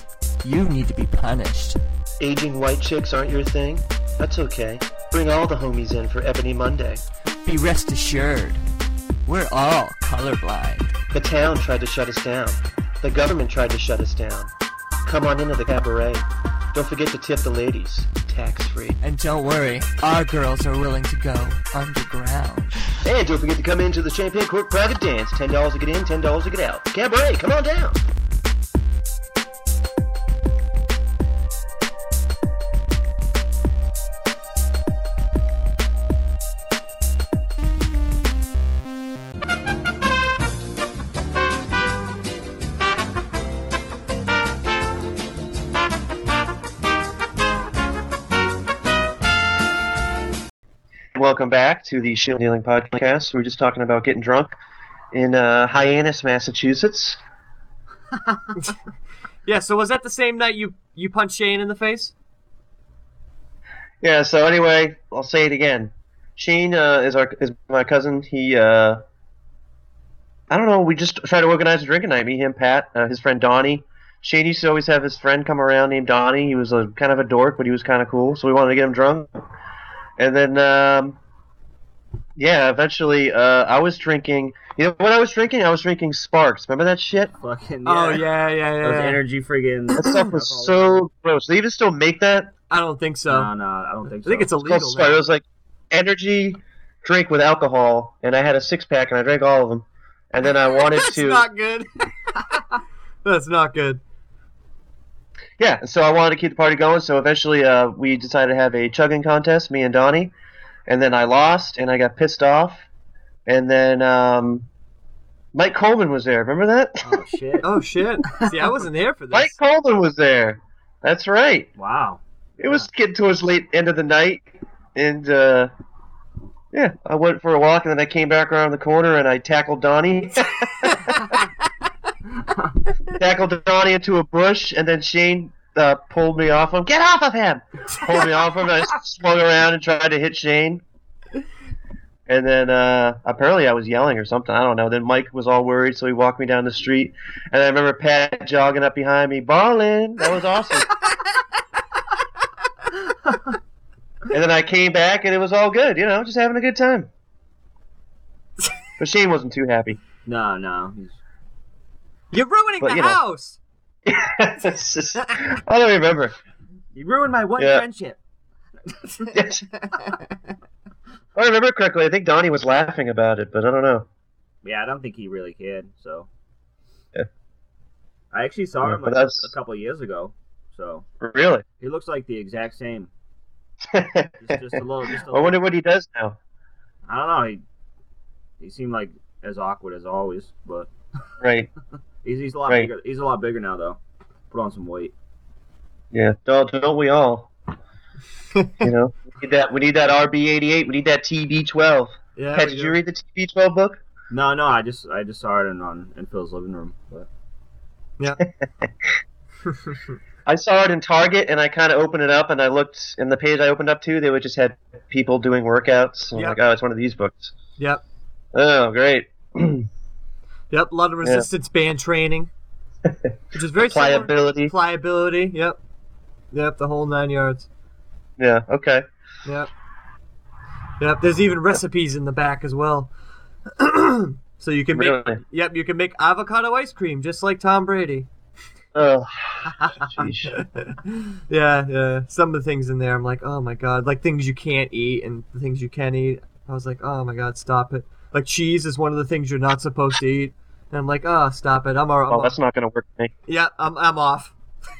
S1: You need to be punished.
S7: Aging white chicks aren't your thing? That's okay. Bring all the homies in for Ebony Monday.
S1: Be rest assured, we're all colorblind.
S7: The town tried to shut us down. The government tried to shut us down. Come on into the cabaret. Don't forget to tip the ladies. Tax free.
S14: And don't worry, our girls are willing to go underground.
S7: And don't forget to come into the Champagne Cork Private Dance. $10 to get in, $10 to get out. Cabaret, come on down. Welcome back to the Shield Dealing Podcast. We were just talking about getting drunk in uh, Hyannis, Massachusetts.
S9: Yeah, so was that the same night you you punched Shane in the face?
S7: Yeah. So anyway, I'll say it again. Shane uh, is our is my cousin. He uh, I don't know. We just tried to organize a drinking night. Me, him, Pat, uh, his friend Donnie. Shane used to always have his friend come around named Donnie. He was a kind of a dork, but he was kind of cool. So we wanted to get him drunk. And then, um, yeah, eventually, uh, I was drinking. You know what I was drinking? I was drinking Sparks. Remember that shit?
S5: Fucking
S9: Oh, yeah, yeah,
S5: Those
S9: yeah.
S5: energy friggin'.
S7: That stuff was so gross. They even still make that.
S9: I don't think so.
S5: No, no, I don't think so.
S7: It's called Sprite. It was like energy drink with alcohol, and I had a six pack, and I drank all of them. And then I wanted
S9: That's
S7: to,
S9: not good. That's not good.
S7: yeah. and So I wanted to keep the party going. So eventually, uh, we decided to have a chugging contest, me and Donnie. And then I lost, and I got pissed off. And then um, Mike Coleman was there. Remember that?
S5: Oh shit.
S9: Oh shit. See, I wasn't there for
S7: Mike
S9: this.
S7: Coleman was there. That's right.
S5: Wow.
S7: It was getting towards late end of the night, and uh, yeah, I went for a walk, and then I came back around the corner and I tackled Donnie. tackled Donnie into a bush, and then Shane uh, pulled me off him. Get off of him! Pulled me off him, and I swung around and tried to hit Shane. And then uh, apparently I was yelling or something. I don't know. Then Mike was all worried, so he walked me down the street. And I remember Pat jogging up behind me, ballin'. That was awesome. and then I came back, and it was all good. You know, just having a good time. But Shane wasn't too happy.
S5: No, no.
S9: You're ruining
S7: But,
S9: the
S7: you know.
S9: house.
S7: It's just- I don't remember.
S5: You ruined my one
S7: Yeah.
S5: friendship.
S7: Yes. If I remember correctly, I think Donnie was laughing about it, but I don't know.
S5: Yeah, I don't think he really cared. So.
S7: Yeah.
S5: I actually saw
S7: Yeah,
S5: him
S7: but
S5: like,
S7: that's-
S5: a couple years ago. So
S7: Really?
S5: he looks like the exact same. Just, just a little. Just a
S7: I
S5: little
S7: wonder what he does now.
S5: I don't know. He he seemed like as awkward as always, but
S7: Right.
S5: he's he's a lot
S7: Right.
S5: bigger. He's a lot bigger now though. Put on some weight.
S7: Yeah. Don't, don't we all? you know, we need that. We need that RB88. We need that TB12.
S9: Yeah.
S7: Pat,
S9: we
S7: did
S9: do.
S7: you read the TB12 book?
S5: No, no. I just I just saw it in on in Phil's living room. But
S7: I saw it in Target, and I kind of opened it up, and I looked, and the page I opened up to, they would just had people doing workouts. And I'm
S9: Yep.
S7: like, oh, it's one of these books.
S9: Yep.
S7: Oh, great.
S9: Yep. A lot of
S7: Yeah.
S9: resistance band training, which is very similar.
S7: Pliability.
S9: Pliability. Yep. Yep. The whole nine yards.
S7: Yeah. Okay.
S9: Yep. Yep. There's even recipes in the back as well. so you can make.
S7: Really?
S9: Yep. You can make avocado ice cream just like Tom Brady.
S7: Oh. Jeez. Oh,
S9: yeah, yeah. Some of the things in there, I'm like, oh my god, like things you can't eat and the things you can eat. I was like, oh my god, stop it. Like cheese is one of the things you're not supposed to eat, and I'm like, oh, stop it. I'm all, I'm
S7: Well,
S9: all-
S7: that's not gonna work for me.
S9: yeah, I'm, I'm off.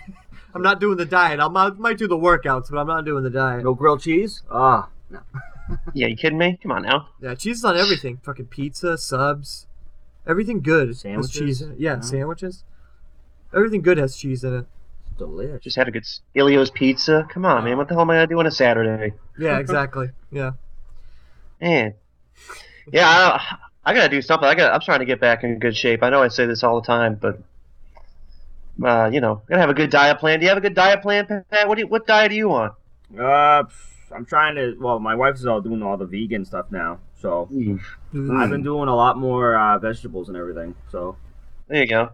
S9: I'm not doing the diet. I'm, I might do the workouts, but I'm not doing the diet.
S5: no grilled cheese. Ah,
S7: Yeah, you kidding me? Come on now.
S9: Yeah, cheese is on everything. Fucking pizza, subs, everything good has
S5: Sandwiches?
S9: cheese. In it. Yeah,
S5: No.
S9: sandwiches. Everything good has cheese in it.
S5: delicious.
S7: Just had a good s- Ilio's pizza. Come on, man. What the hell am I gonna do on a Saturday?
S9: Yeah, exactly. yeah.
S7: Man. Yeah. I, I gotta do something. I got. I'm trying to get back in good shape. I know I say this all the time, but. Uh, you know, gotta have a good diet plan. Do you have a good diet plan, Pat? What do you, what diet are you on?
S5: Uh, pff, I'm trying to. Well, my wife's all doing all the vegan stuff now, so I've been
S7: Mm.
S5: doing a lot more uh, vegetables and everything. So
S7: There you go.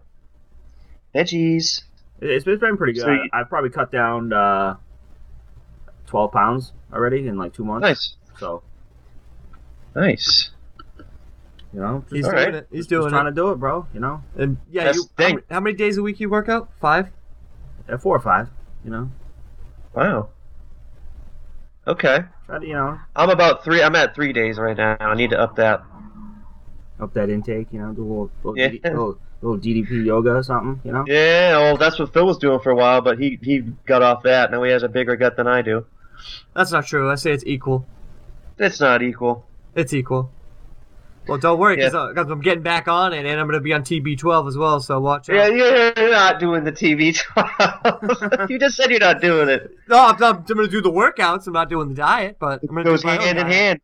S7: Veggies.
S5: it- it's, it's been pretty good.
S7: So you-
S5: I, I've probably cut down uh, 12 pounds already in like two months.
S7: Nice.
S5: So
S7: Nice.
S5: you know, just,
S9: He's
S7: All
S9: doing
S7: right.
S9: it. He's
S5: just
S9: doing
S5: trying
S9: it.
S5: to do it, bro. You know,
S9: And yeah,
S7: That's
S9: you,
S7: the
S9: how,
S7: thing.
S9: many- how many days a week you work out? Five.
S5: at four or five. You know,
S7: Wow. Okay.
S5: Try to, you know,
S7: I'm about three. I'm at three days right now. I need to up that.
S5: up that intake. You know, do a little little,
S7: Yeah.
S5: DD little, little DDP yoga or something. You know.
S7: Yeah, well, that's what Phil was doing for a while, but he he got off that. Now he has a bigger gut than I do.
S9: That's not true. I say it's equal.
S7: It's not equal.
S9: It's equal. Well, don't worry, because
S7: Yeah.
S9: I'm getting back on it, and I'm going to be on TB12 as well, so watch out.
S7: Yeah, yeah, you're not doing the TV trials. you just said you're not doing it.
S9: No, I'm, I'm, going to do the workouts. I'm not doing the diet, but I'm
S7: It
S9: going to
S7: goes
S9: do my own
S7: hand in
S9: diet.
S7: hand.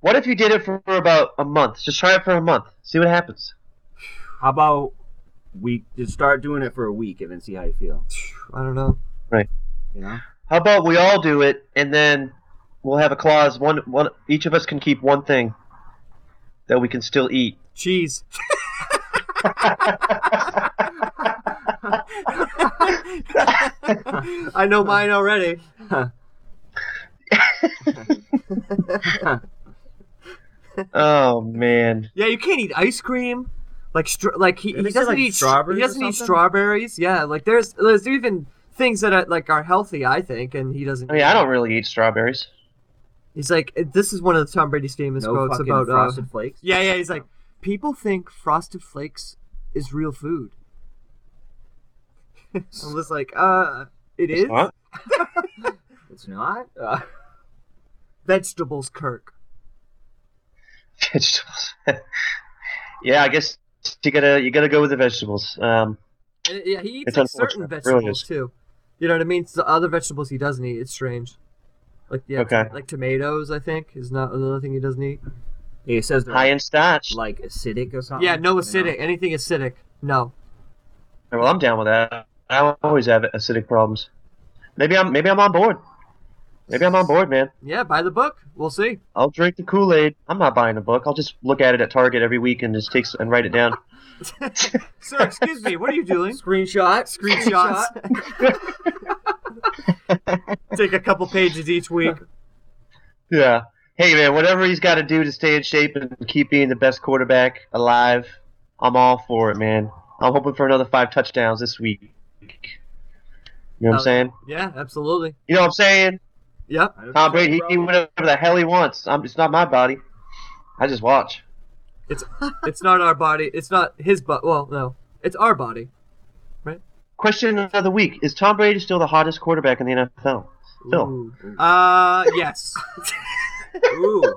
S7: What if you did it for about a month? Just try it for a month. See what happens.
S5: How about we just start doing it for a week and then see how you feel?
S9: I don't know.
S7: Right.
S5: You know.
S7: How about we all do it, and then we'll have a clause. One, one, each of us can keep one thing that we can still eat.
S9: Cheese. I know mine already.
S7: oh man.
S9: Yeah, you can't eat ice cream. Like, str- like he, he
S5: Didn't they say,
S9: doesn't
S5: like,
S9: eat
S5: strawberries
S9: He
S5: or
S9: doesn't eat
S5: something?
S9: strawberries. Yeah, like there's there's even things that are like are healthy, I think, and he doesn't.
S7: I mean, I don't really eat strawberries.
S9: He's like, this is one of Tom Brady's famous
S5: No
S9: quotes
S5: fucking
S9: about
S5: frosted
S9: uh,
S5: flakes.
S9: Yeah, yeah. He's like, people think frosted flakes is real food. I was like, uh, it is.
S7: not.
S5: It's not.
S9: Uh, vegetables, Kirk.
S7: Vegetables. yeah, I guess you gotta you gotta go with the vegetables. Um,
S9: And, yeah, he eats
S7: It's
S9: like, certain
S7: unfortunate, it really
S9: vegetables
S7: is.
S9: too. You know what I mean? It's the other vegetables he doesn't eat. It's strange. Like yeah,
S7: Okay.
S9: like tomatoes. I think is not another thing he doesn't eat.
S5: Yeah, it says they're
S7: high in starch.
S5: like acidic or something.
S9: Yeah, no
S5: you know?
S9: acidic. Anything acidic, no.
S7: Well, I'm down with that. I always have acidic problems. Maybe I'm maybe I'm on board. Maybe I'm on board, man.
S9: Yeah, buy the book. We'll see.
S7: I'll drink the Kool Aid. I'm not buying a book. I'll just look at it at Target every week and just take s- and write it down.
S9: Sir, excuse me. What are you doing?
S5: Screenshot.
S9: Screenshots. Take a couple pages each week.
S7: Yeah. Hey, man. Whatever he's got to do to stay in shape and keep being the best quarterback alive, I'm all for it, man. I'm hoping for another five touchdowns this week. You know what I'm
S9: Oh,
S7: saying?
S9: Yeah, absolutely.
S7: You know what I'm saying?
S9: Yep.
S7: Tom Brady, he can do whatever the hell he wants. I'm, it's not my body. I just watch.
S9: It's it's not our body. It's not his butt. Well, no, it's our body.
S7: Question of the week: Is Tom Brady still the hottest quarterback in the NFL? Phil.
S9: Ooh. Uh, yes.
S5: Ooh,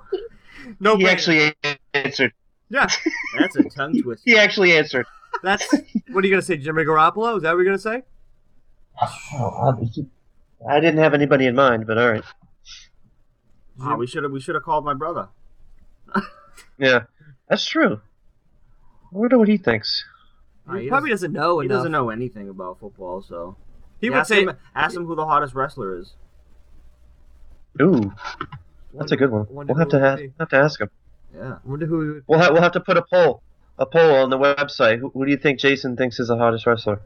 S9: No,
S7: He
S9: brainer.
S7: actually answered.
S9: Yeah,
S5: that's a tongue twister.
S7: He actually answered.
S9: that's. What are you gonna say, Jimmy Garoppolo? Is that what you're gonna say?
S7: I didn't have anybody in mind, but all right.
S5: Oh, we should have we should have called my brother.
S7: Yeah, that's true. I wonder what he thinks.
S5: Oh,
S9: he
S5: he
S9: probably doesn't know
S5: He
S9: enough.
S5: doesn't know anything about football, so
S9: He
S5: Yeah,
S9: would
S5: ask
S9: say.
S5: him, ask him who the hottest wrestler is.
S7: Ooh, that's a good one.
S9: Wonder
S7: We'll have
S9: who
S7: to
S9: it would
S7: have,
S9: be.
S7: have to ask him.
S5: Yeah,
S9: Wonder who. He would...
S7: We'll have, we'll have to put a poll, a poll on the website. Who, who do you think Jason thinks is the hottest wrestler?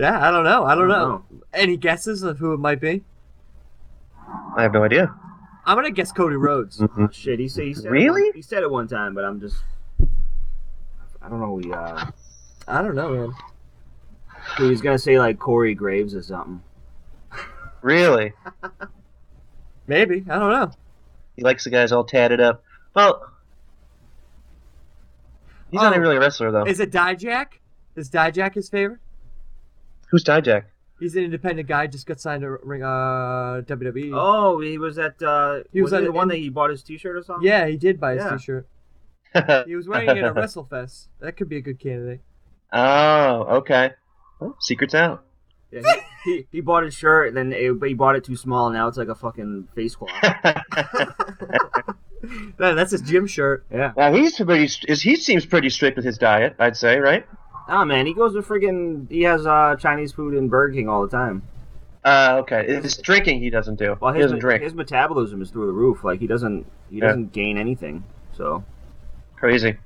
S9: Yeah, I don't know. I don't,
S5: I don't
S9: know. Any guesses of who it might be?
S7: I have no idea.
S9: I'm gonna guess Cody Rhodes.
S7: Mhm.
S5: shit. He said he said it
S7: Really?
S5: one- he said it one time, but I'm just I don't know. We uh,
S9: I don't know, man.
S5: he was gonna say like Corey Graves or something.
S7: Really,
S9: Maybe I don't know.
S7: he likes the guys all tatted up. Well, he's not
S9: Oh.
S7: even really a wrestler though.
S9: Is it Dijak? Is Dijak his favorite?
S7: Who's Dijak?
S9: He's an independent guy. Just got signed to ring uh, WWE.
S5: Oh, he was at uh,
S9: He
S5: he
S9: was
S5: was,
S9: at
S5: he the
S9: an-
S5: one that he bought his T-shirt or something.
S9: Yeah, he did buy his
S5: Yeah.
S9: T-shirt. He was wearing it at WrestleFest. That could be a good candidate.
S7: oh, okay. Oh, secrets out.
S5: Yeah, he, he, he bought his shirt, and then it, but he bought it too small, and now it's like a fucking face cloth.
S9: Man, that's his gym shirt.
S5: yeah.
S7: Now he's pretty. Is he seems pretty strict with his diet? I'd say, right?
S5: Ah, man, he goes to friggin' he has uh, Chinese food in Burger King all the time.
S7: Uh, okay. It's drinking he doesn't do.
S5: Well,
S7: he
S5: his
S7: doesn't
S5: me-
S7: drink.
S5: his metabolism is through the roof. Like he doesn't he
S7: Yeah.
S5: doesn't gain anything. So
S7: Crazy.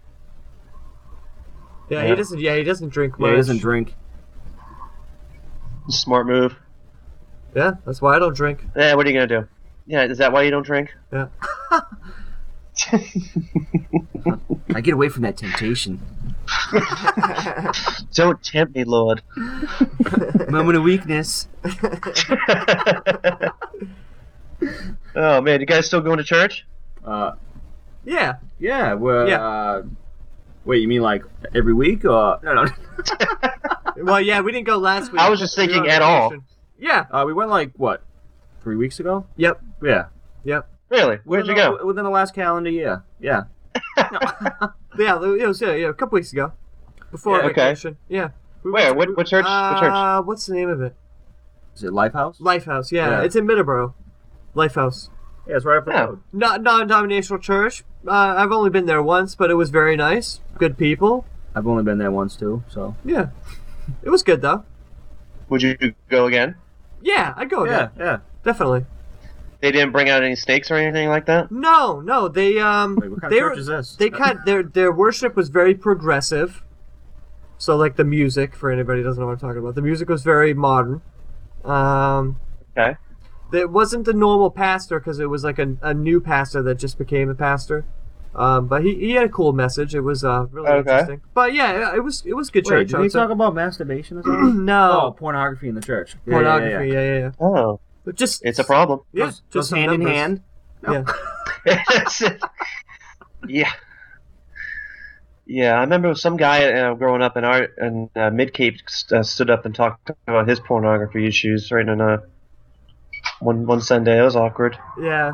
S9: Yeah,
S7: Yeah.
S9: he doesn't. Yeah, he doesn't drink much.
S5: yeah, he doesn't drink.
S7: Smart move.
S9: Yeah, that's why I don't drink.
S7: Yeah, what are you gonna do? Yeah, is that why you don't drink?
S9: Yeah.
S5: I get away from that temptation.
S7: Don't tempt me, Lord.
S5: Moment of weakness.
S7: oh man, you guys still going to church?
S5: Uh,
S9: yeah.
S5: Yeah. Well,
S9: Yeah.
S5: Uh, wait, you mean like every week or no? no.
S9: well, yeah, we didn't go last week.
S7: I was just
S9: We were
S7: thinking
S9: on
S7: at all.
S9: vacation. Yeah.
S5: Uh, we went like what, three weeks ago?
S9: Yep.
S5: Yeah.
S9: Yep.
S7: Really? Where'd you
S5: Within
S7: go?
S5: the- Within the last calendar year. Yeah.
S9: Yeah, it was yeah, yeah, a couple weeks ago, before
S7: Yeah, okay.
S9: vacation. Yeah. We
S7: Where?
S9: went-
S7: What,
S9: we-
S7: what church? What church?
S9: Uh, what's the name of it?
S5: Is it Lifehouse?
S9: Lifehouse. Yeah,
S5: Yeah.
S9: it's in Middleborough. Lifehouse.
S5: Yeah, it's right up the
S7: Yeah.
S5: road.
S9: Not non-denominational church. Uh, I've only been there once, but it was very nice. Good people.
S5: I've only been there once too, so
S9: Yeah, it was good though.
S7: Would you go again?
S9: Oh, Yeah, I'd go again.
S5: yeah.
S9: Definitely.
S7: They didn't bring out any snakes or anything like that.
S9: No, no, they um
S5: Wait, what kind of
S9: they
S5: church
S9: were-
S5: is this?
S9: they kind their their worship was very progressive. So like the music for anybody who doesn't know what I'm talking about. The music was very modern. Um
S7: Okay.
S9: it wasn't the normal pastor because it was like a, a new pastor that just became a pastor. Um, but he, he had a cool message. It was uh, really
S7: Okay.
S9: interesting. But yeah, it- it was it was good
S5: Wait,
S9: church.
S5: did
S9: I
S5: we
S9: would say.
S5: talk about masturbation or something? Oh,
S9: no
S5: pornography in the church. Yeah, yeah, yeah,
S9: pornography. Yeah, yeah, yeah.
S7: Oh,
S9: But just
S7: it's a problem.
S9: Yeah,
S5: Goes-
S9: just
S5: goes
S9: some
S5: hand in
S9: numbers.
S5: hand.
S9: Yeah.
S7: yeah. Yeah, I remember some guy uh, growing up in art in uh, Mid Cape uh, stood up and talked about his pornography issues right in uh, one one Sunday. It was awkward.
S9: Yeah.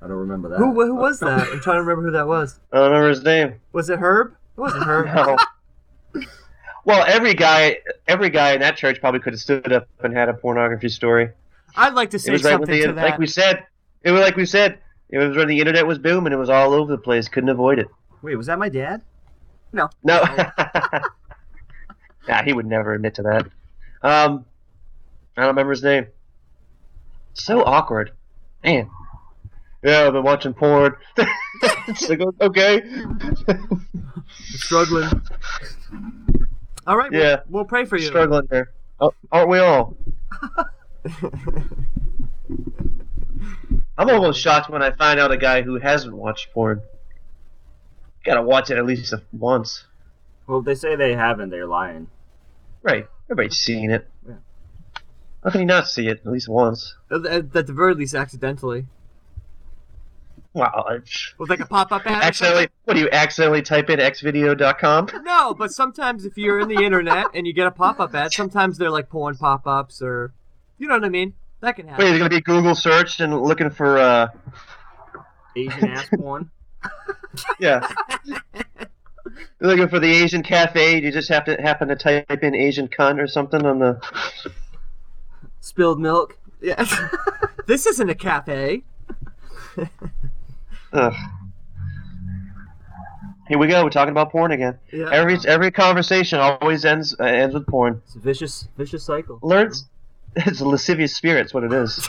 S5: I don't remember that.
S9: Who who was that? I'm trying to remember who that was.
S7: I don't remember his name.
S9: Was it Herb? It wasn't Herb.
S7: No. well, every guy, every guy in that church probably could have stood up and had a pornography story.
S9: I'd like to
S7: It
S9: say
S7: was right when
S9: something
S7: the
S9: to that.
S7: like we said, it was like we said, it was when the internet was booming. It was all over the place. Couldn't avoid it.
S5: Wait, was that my dad?
S7: No. nah, he would never admit to that. Um, I don't remember his name. So awkward. Man. Yeah, I've been watching porn. It's like, okay.
S9: struggling. All right.
S7: Yeah.
S9: We'll, we'll pray for you.
S7: Struggling there. Oh, aren't we all? I'm almost shocked when I find out a guy who hasn't watched porn. Gotta watch it at least once.
S5: Well, if they say they haven't, they're lying.
S7: Right. Everybody's seen it.
S5: Yeah.
S7: How can you not see it at least once?
S9: At, at at the very least, accidentally.
S7: Wow. it's-
S9: With like a pop-up ad. or
S7: accidentally what do you accidentally type in xvideo.com
S9: something? No, but sometimes if you're in the internet and you get a pop-up ad, sometimes they're like porn pop-ups or, you know what I mean? That can
S7: wait
S9: happen.
S7: there's gonna be google search and looking for uh
S5: Asian ass porn.
S7: yeah You're looking for the asian cafe you just have to happen to type in asian cunt or something on the
S9: Spilled milk. Yeah. this isn't a cafe.
S7: ugh. here we go we're talking about porn again
S9: Yeah.
S7: every every conversation always ends uh, ends with porn
S5: It's a vicious, vicious cycle.
S7: learns it's a lascivious spirit it's what it is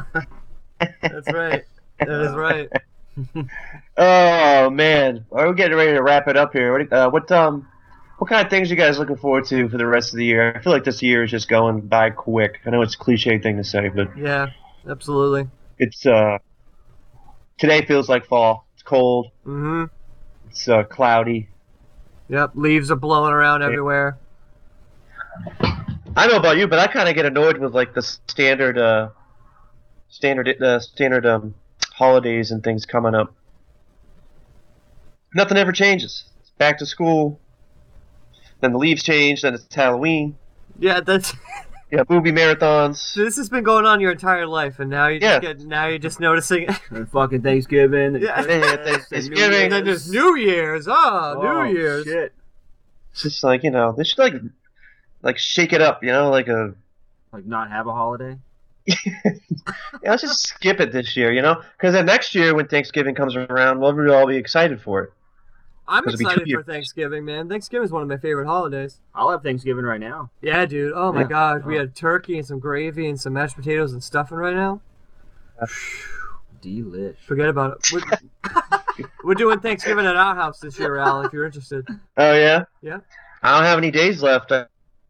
S9: That's right. That is right.
S7: Oh man, are we getting ready to wrap it up here? What, uh, what um, what kind of things you guys looking forward to for the rest of the year? I feel like this year is just going by quick. I know it's a cliche thing to say, but
S9: Yeah. Absolutely.
S7: it's uh, today feels like fall. It's cold.
S9: Mm-hmm.
S7: It's uh, cloudy.
S9: Yep. Leaves are blowing around everywhere.
S7: I don't know about you, but I kind of get annoyed with like the standard uh, standard uh, standard um, holidays and things coming up. Nothing ever changes. It's back to school. Then the leaves change. Then it's Halloween.
S9: Yeah. That's.
S7: Yeah, movie marathons.
S9: So this has been going on your entire life, and now you
S7: Yeah.
S9: just get now you're just noticing.
S5: And fucking Thanksgiving. and
S9: Yeah.
S7: Yeah,
S5: Christmas
S7: Thanks- Thanksgiving.
S5: and New Year's.
S9: and then there's New Year's. Oh,
S5: Oh,
S9: New Year's.
S5: Shit.
S7: It's just like you know, they should like, like shake it up. You know, like a
S5: Like not have a holiday.
S7: yeah, let's just skip it this year. You know, because then next year when Thanksgiving comes around, we'll really all be excited for it.
S9: I'm
S7: This'll be two
S9: excited for
S7: years.
S9: Thanksgiving, man. Thanksgiving is one of my favorite holidays.
S5: I'll have Thanksgiving right now.
S9: Yeah, dude. Oh my
S5: Yeah.
S9: god, we
S5: Oh.
S9: had turkey and some gravy and some mashed potatoes and stuffing right now.
S5: Delish.
S9: Forget about it. We're, we're doing Thanksgiving at our house this year, Al. If you're interested,
S7: Oh yeah.
S9: Yeah.
S7: I don't have any days left. I,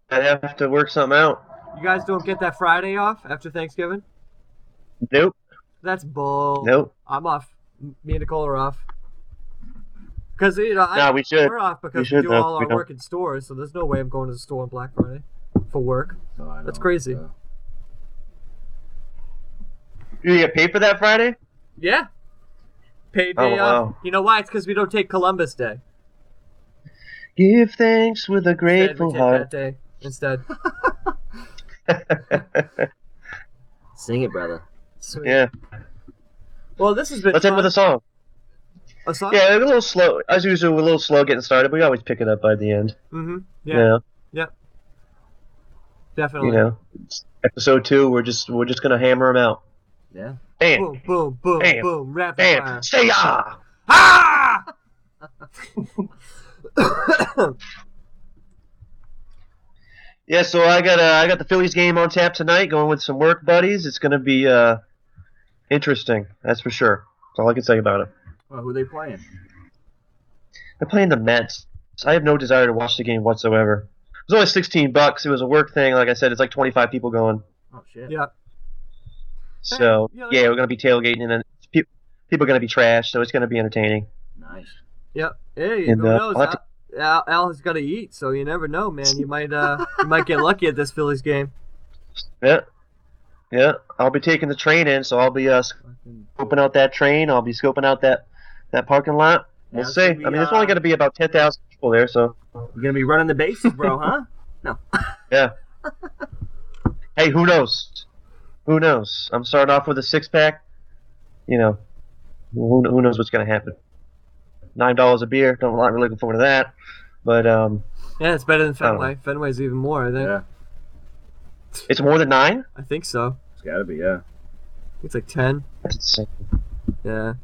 S7: I have to work something out.
S9: you guys don't get that Friday off after Thanksgiving.
S7: Nope.
S9: That's bull.
S7: Nope.
S9: I'm off. Me and Nicole are off. Because you know, I,
S7: Nah, we should.
S9: We're off
S7: We
S9: because we,
S7: should,
S9: do
S7: though.
S9: all
S7: We
S9: our
S7: don't.
S9: work in stores, so there's no way I'm going to the store on Black Friday for work. That's crazy.
S7: You get paid for that Friday?
S9: Yeah. Paid
S7: Oh,
S9: day off.
S7: wow.
S9: You know why? It's because we don't take Columbus Day.
S7: Give thanks with a
S9: Instead, we
S7: grateful
S9: take
S7: heart.
S9: that day instead.
S15: Sing it, brother.
S9: Sweet.
S7: Yeah.
S9: Well, this has been.
S7: Let's end with a song.
S9: A song?
S7: Yeah, we're a little slow. As usual, we're a little slow getting started, but we always pick it up by the end.
S9: Mm-hmm.
S7: Yeah.
S9: Yeah.
S7: You know,
S9: Yep.
S7: you
S9: Definitely.
S7: know. It's episode two, we're just we're just gonna hammer them out.
S15: Yeah.
S7: Bam.
S9: Boom, boom, boom,
S7: Bam.
S9: boom. Rapid
S7: Bam.
S9: fire.
S7: Say ah. Yeah, so I got uh, I got the Phillies game on tap tonight. Going with some work buddies. It's gonna be uh, interesting. That's for sure. That's all I can say about it.
S15: Well, who they playing?
S7: They're playing the Mets. I have no desire to watch the game whatsoever. It was only 16 bucks. It was a work thing. Like I said, it's like 25 people going.
S15: Oh shit.
S9: Yeah.
S7: So
S9: yeah,
S7: yeah, we're gonna be tailgating, and then pe- people are gonna be trashed. So it's gonna be entertaining.
S15: Nice.
S9: Yep. Hey,
S7: And,
S9: who
S7: uh,
S9: knows?
S7: I'll have to-
S9: Al, Al has got to eat, so you never know, man. You might uh, you might get lucky at this Phillies game.
S7: Yeah, yeah. I'll be taking the train in, so I'll be uh, scoping out that train. I'll be scoping out that that parking lot. We'll
S15: Yeah, it's
S7: see.
S15: gonna
S7: I
S15: be,
S7: mean, there's only
S15: uh,
S7: gonna be about 10,000 people there, so
S15: You're gonna be running the bases, bro, huh? No.
S7: yeah. hey, who knows? Who knows? I'm starting off with a six pack. You know, who, who knows what's gonna happen? Nine dollars a beer. Don't not really looking forward to that, but um,
S9: Yeah, it's better than
S7: I don't know.
S9: Fenway. Fenway's even more. I think. Yeah.
S7: it's more than nine.
S9: I think so.
S5: It's gotta be, yeah.
S9: It's like ten.
S7: That's insane.
S9: Yeah.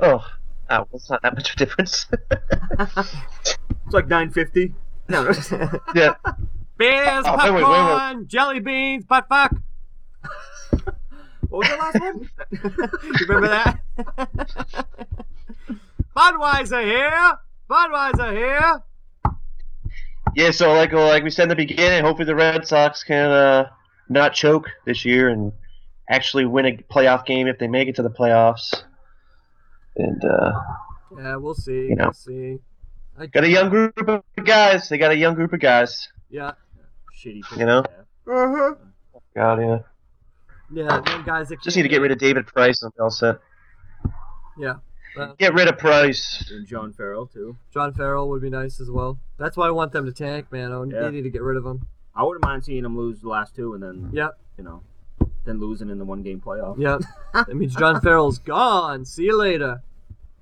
S7: Oh, ow, it's not that much of a difference.
S5: It's like 950.
S9: No.
S7: yeah.
S9: Beers,
S7: Oh, wait,
S9: popcorn,
S7: wait, wait, wait.
S9: jelly beans, butt fuck. what was the last one? you remember that? Budweiser here. Budweiser here.
S7: Yeah, so like like we said in the beginning, hopefully the Red Sox can uh, not choke this year and actually win a playoff game if they make it to the playoffs. And uh,
S9: Yeah, we'll see.
S7: You know.
S9: We'll see. I
S7: got a young group of guys. They got a young group of guys.
S9: Yeah.
S15: Shitty.
S7: You know,
S9: Uh-huh.
S7: Mm-hmm. God, yeah.
S9: Yeah, young guys that
S7: Just need to get rid of David Price and all set.
S9: Yeah. Well,
S7: Get rid of Price.
S5: And John Farrell too.
S9: John Farrell would be nice as well. That's why I want them to tank, man. I
S5: Yeah.
S9: they need to get rid of him.
S5: I wouldn't mind seeing him lose the last two and then
S9: Yep.
S5: you know, then losing in the one game playoff.
S9: Yep. that means John Farrell's gone. See you later.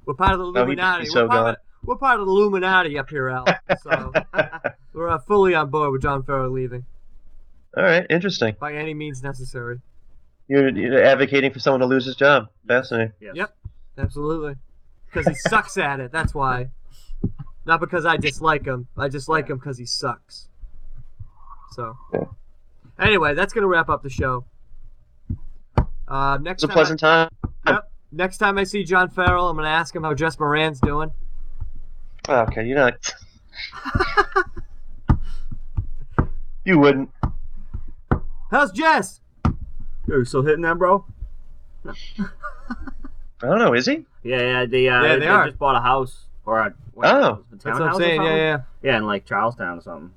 S9: We're part of the
S5: No, he'd be
S9: Illuminati.
S5: so
S9: we're, part
S5: gone.
S9: Of, we're part of the Illuminati up here, Al. So we're uh, fully on board with John Farrell leaving
S7: All right, interesting.
S9: by any means necessary.
S7: You're, you're advocating for someone to lose his job. Fascinating.
S9: Yep. Absolutely. Because he sucks at it. That's why. Not because I dislike him. I dislike him because he sucks. So.
S7: Yeah.
S9: Anyway, that's gonna wrap up the show. Uh, next
S7: It's a
S9: time I-
S7: pleasant time.
S9: Yep. Next time I see John Farrell, I'm gonna ask him how Jess Moran's doing.
S7: okay, you're not. you wouldn't.
S9: How's Jess?
S5: Yo, you still hitting that, bro?
S7: I don't know. Is he?
S5: Yeah, yeah, they, uh,
S9: Yeah,
S5: they,
S9: they are.
S5: just bought a house or a what,
S7: Oh.
S5: a
S9: That's what
S5: townhouse
S9: I'm
S5: or
S9: saying. Yeah,
S5: something?
S9: yeah.
S5: Yeah, in like Charlestown or something.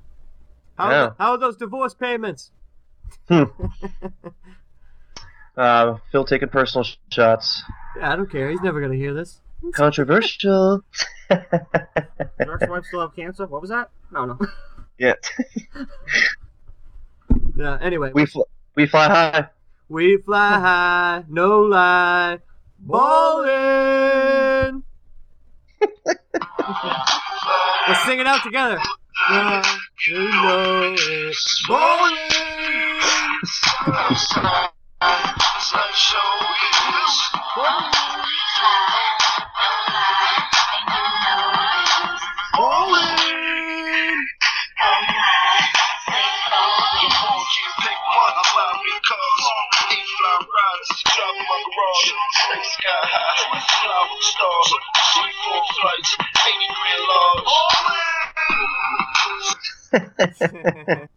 S9: How,
S7: Yeah.
S9: how are those divorce payments?
S7: Hmm. uh, Phil taking personal sh- shots.
S9: Yeah, I don't care. He's never gonna hear this.
S7: Controversial.
S5: Does Eric's wife still have cancer? What was that? No, no.
S7: Yeah.
S9: Yeah. Uh, Anyway,
S7: We fl- we fly high.
S9: we fly high, no lie, ballin'. Let's sing it out together. Now you know it. Ballin'.
S16: Sai Ram,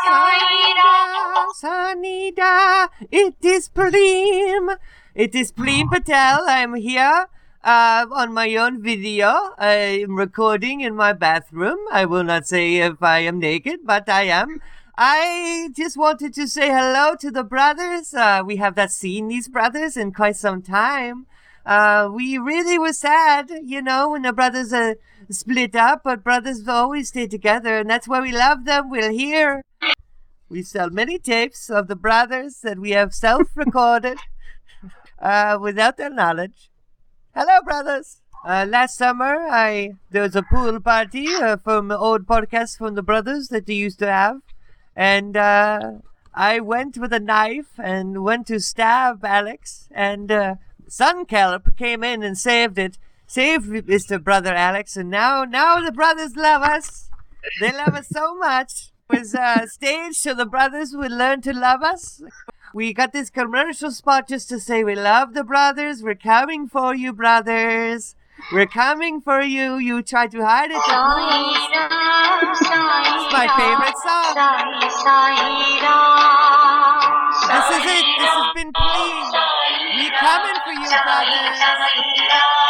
S16: Sai Ram, Sai
S9: Anita, it is Preem. It is Preem Patel. I'm here uh, on my own video. I'm recording in my bathroom. I will not say if I am naked, but I am. I just wanted to say hello to the brothers. Uh, we have not seen these brothers in quite some time. Uh, we really were sad, you know, when the brothers uh, split up, but brothers always stay together, and that's why we love them. We're here. We sell many tapes of the brothers that we have self recorded uh, without their knowledge. Hello, brothers. Uh, last summer, I there was a pool party uh, from old podcasts from the brothers that they used to have, and uh, I went with a knife and went to stab Alex, and uh, Sun Calip came in and saved it, saved Mr. Brother Alex, and now now the brothers love us. They love us so much. It was uh, staged so the brothers would learn to love us. We got this commercial spot just to say we love the brothers. We're coming for you, brothers. We're coming for you. You tried to hide it. the police. It's my favorite song. This is it. This has been please. We coming for you, brothers.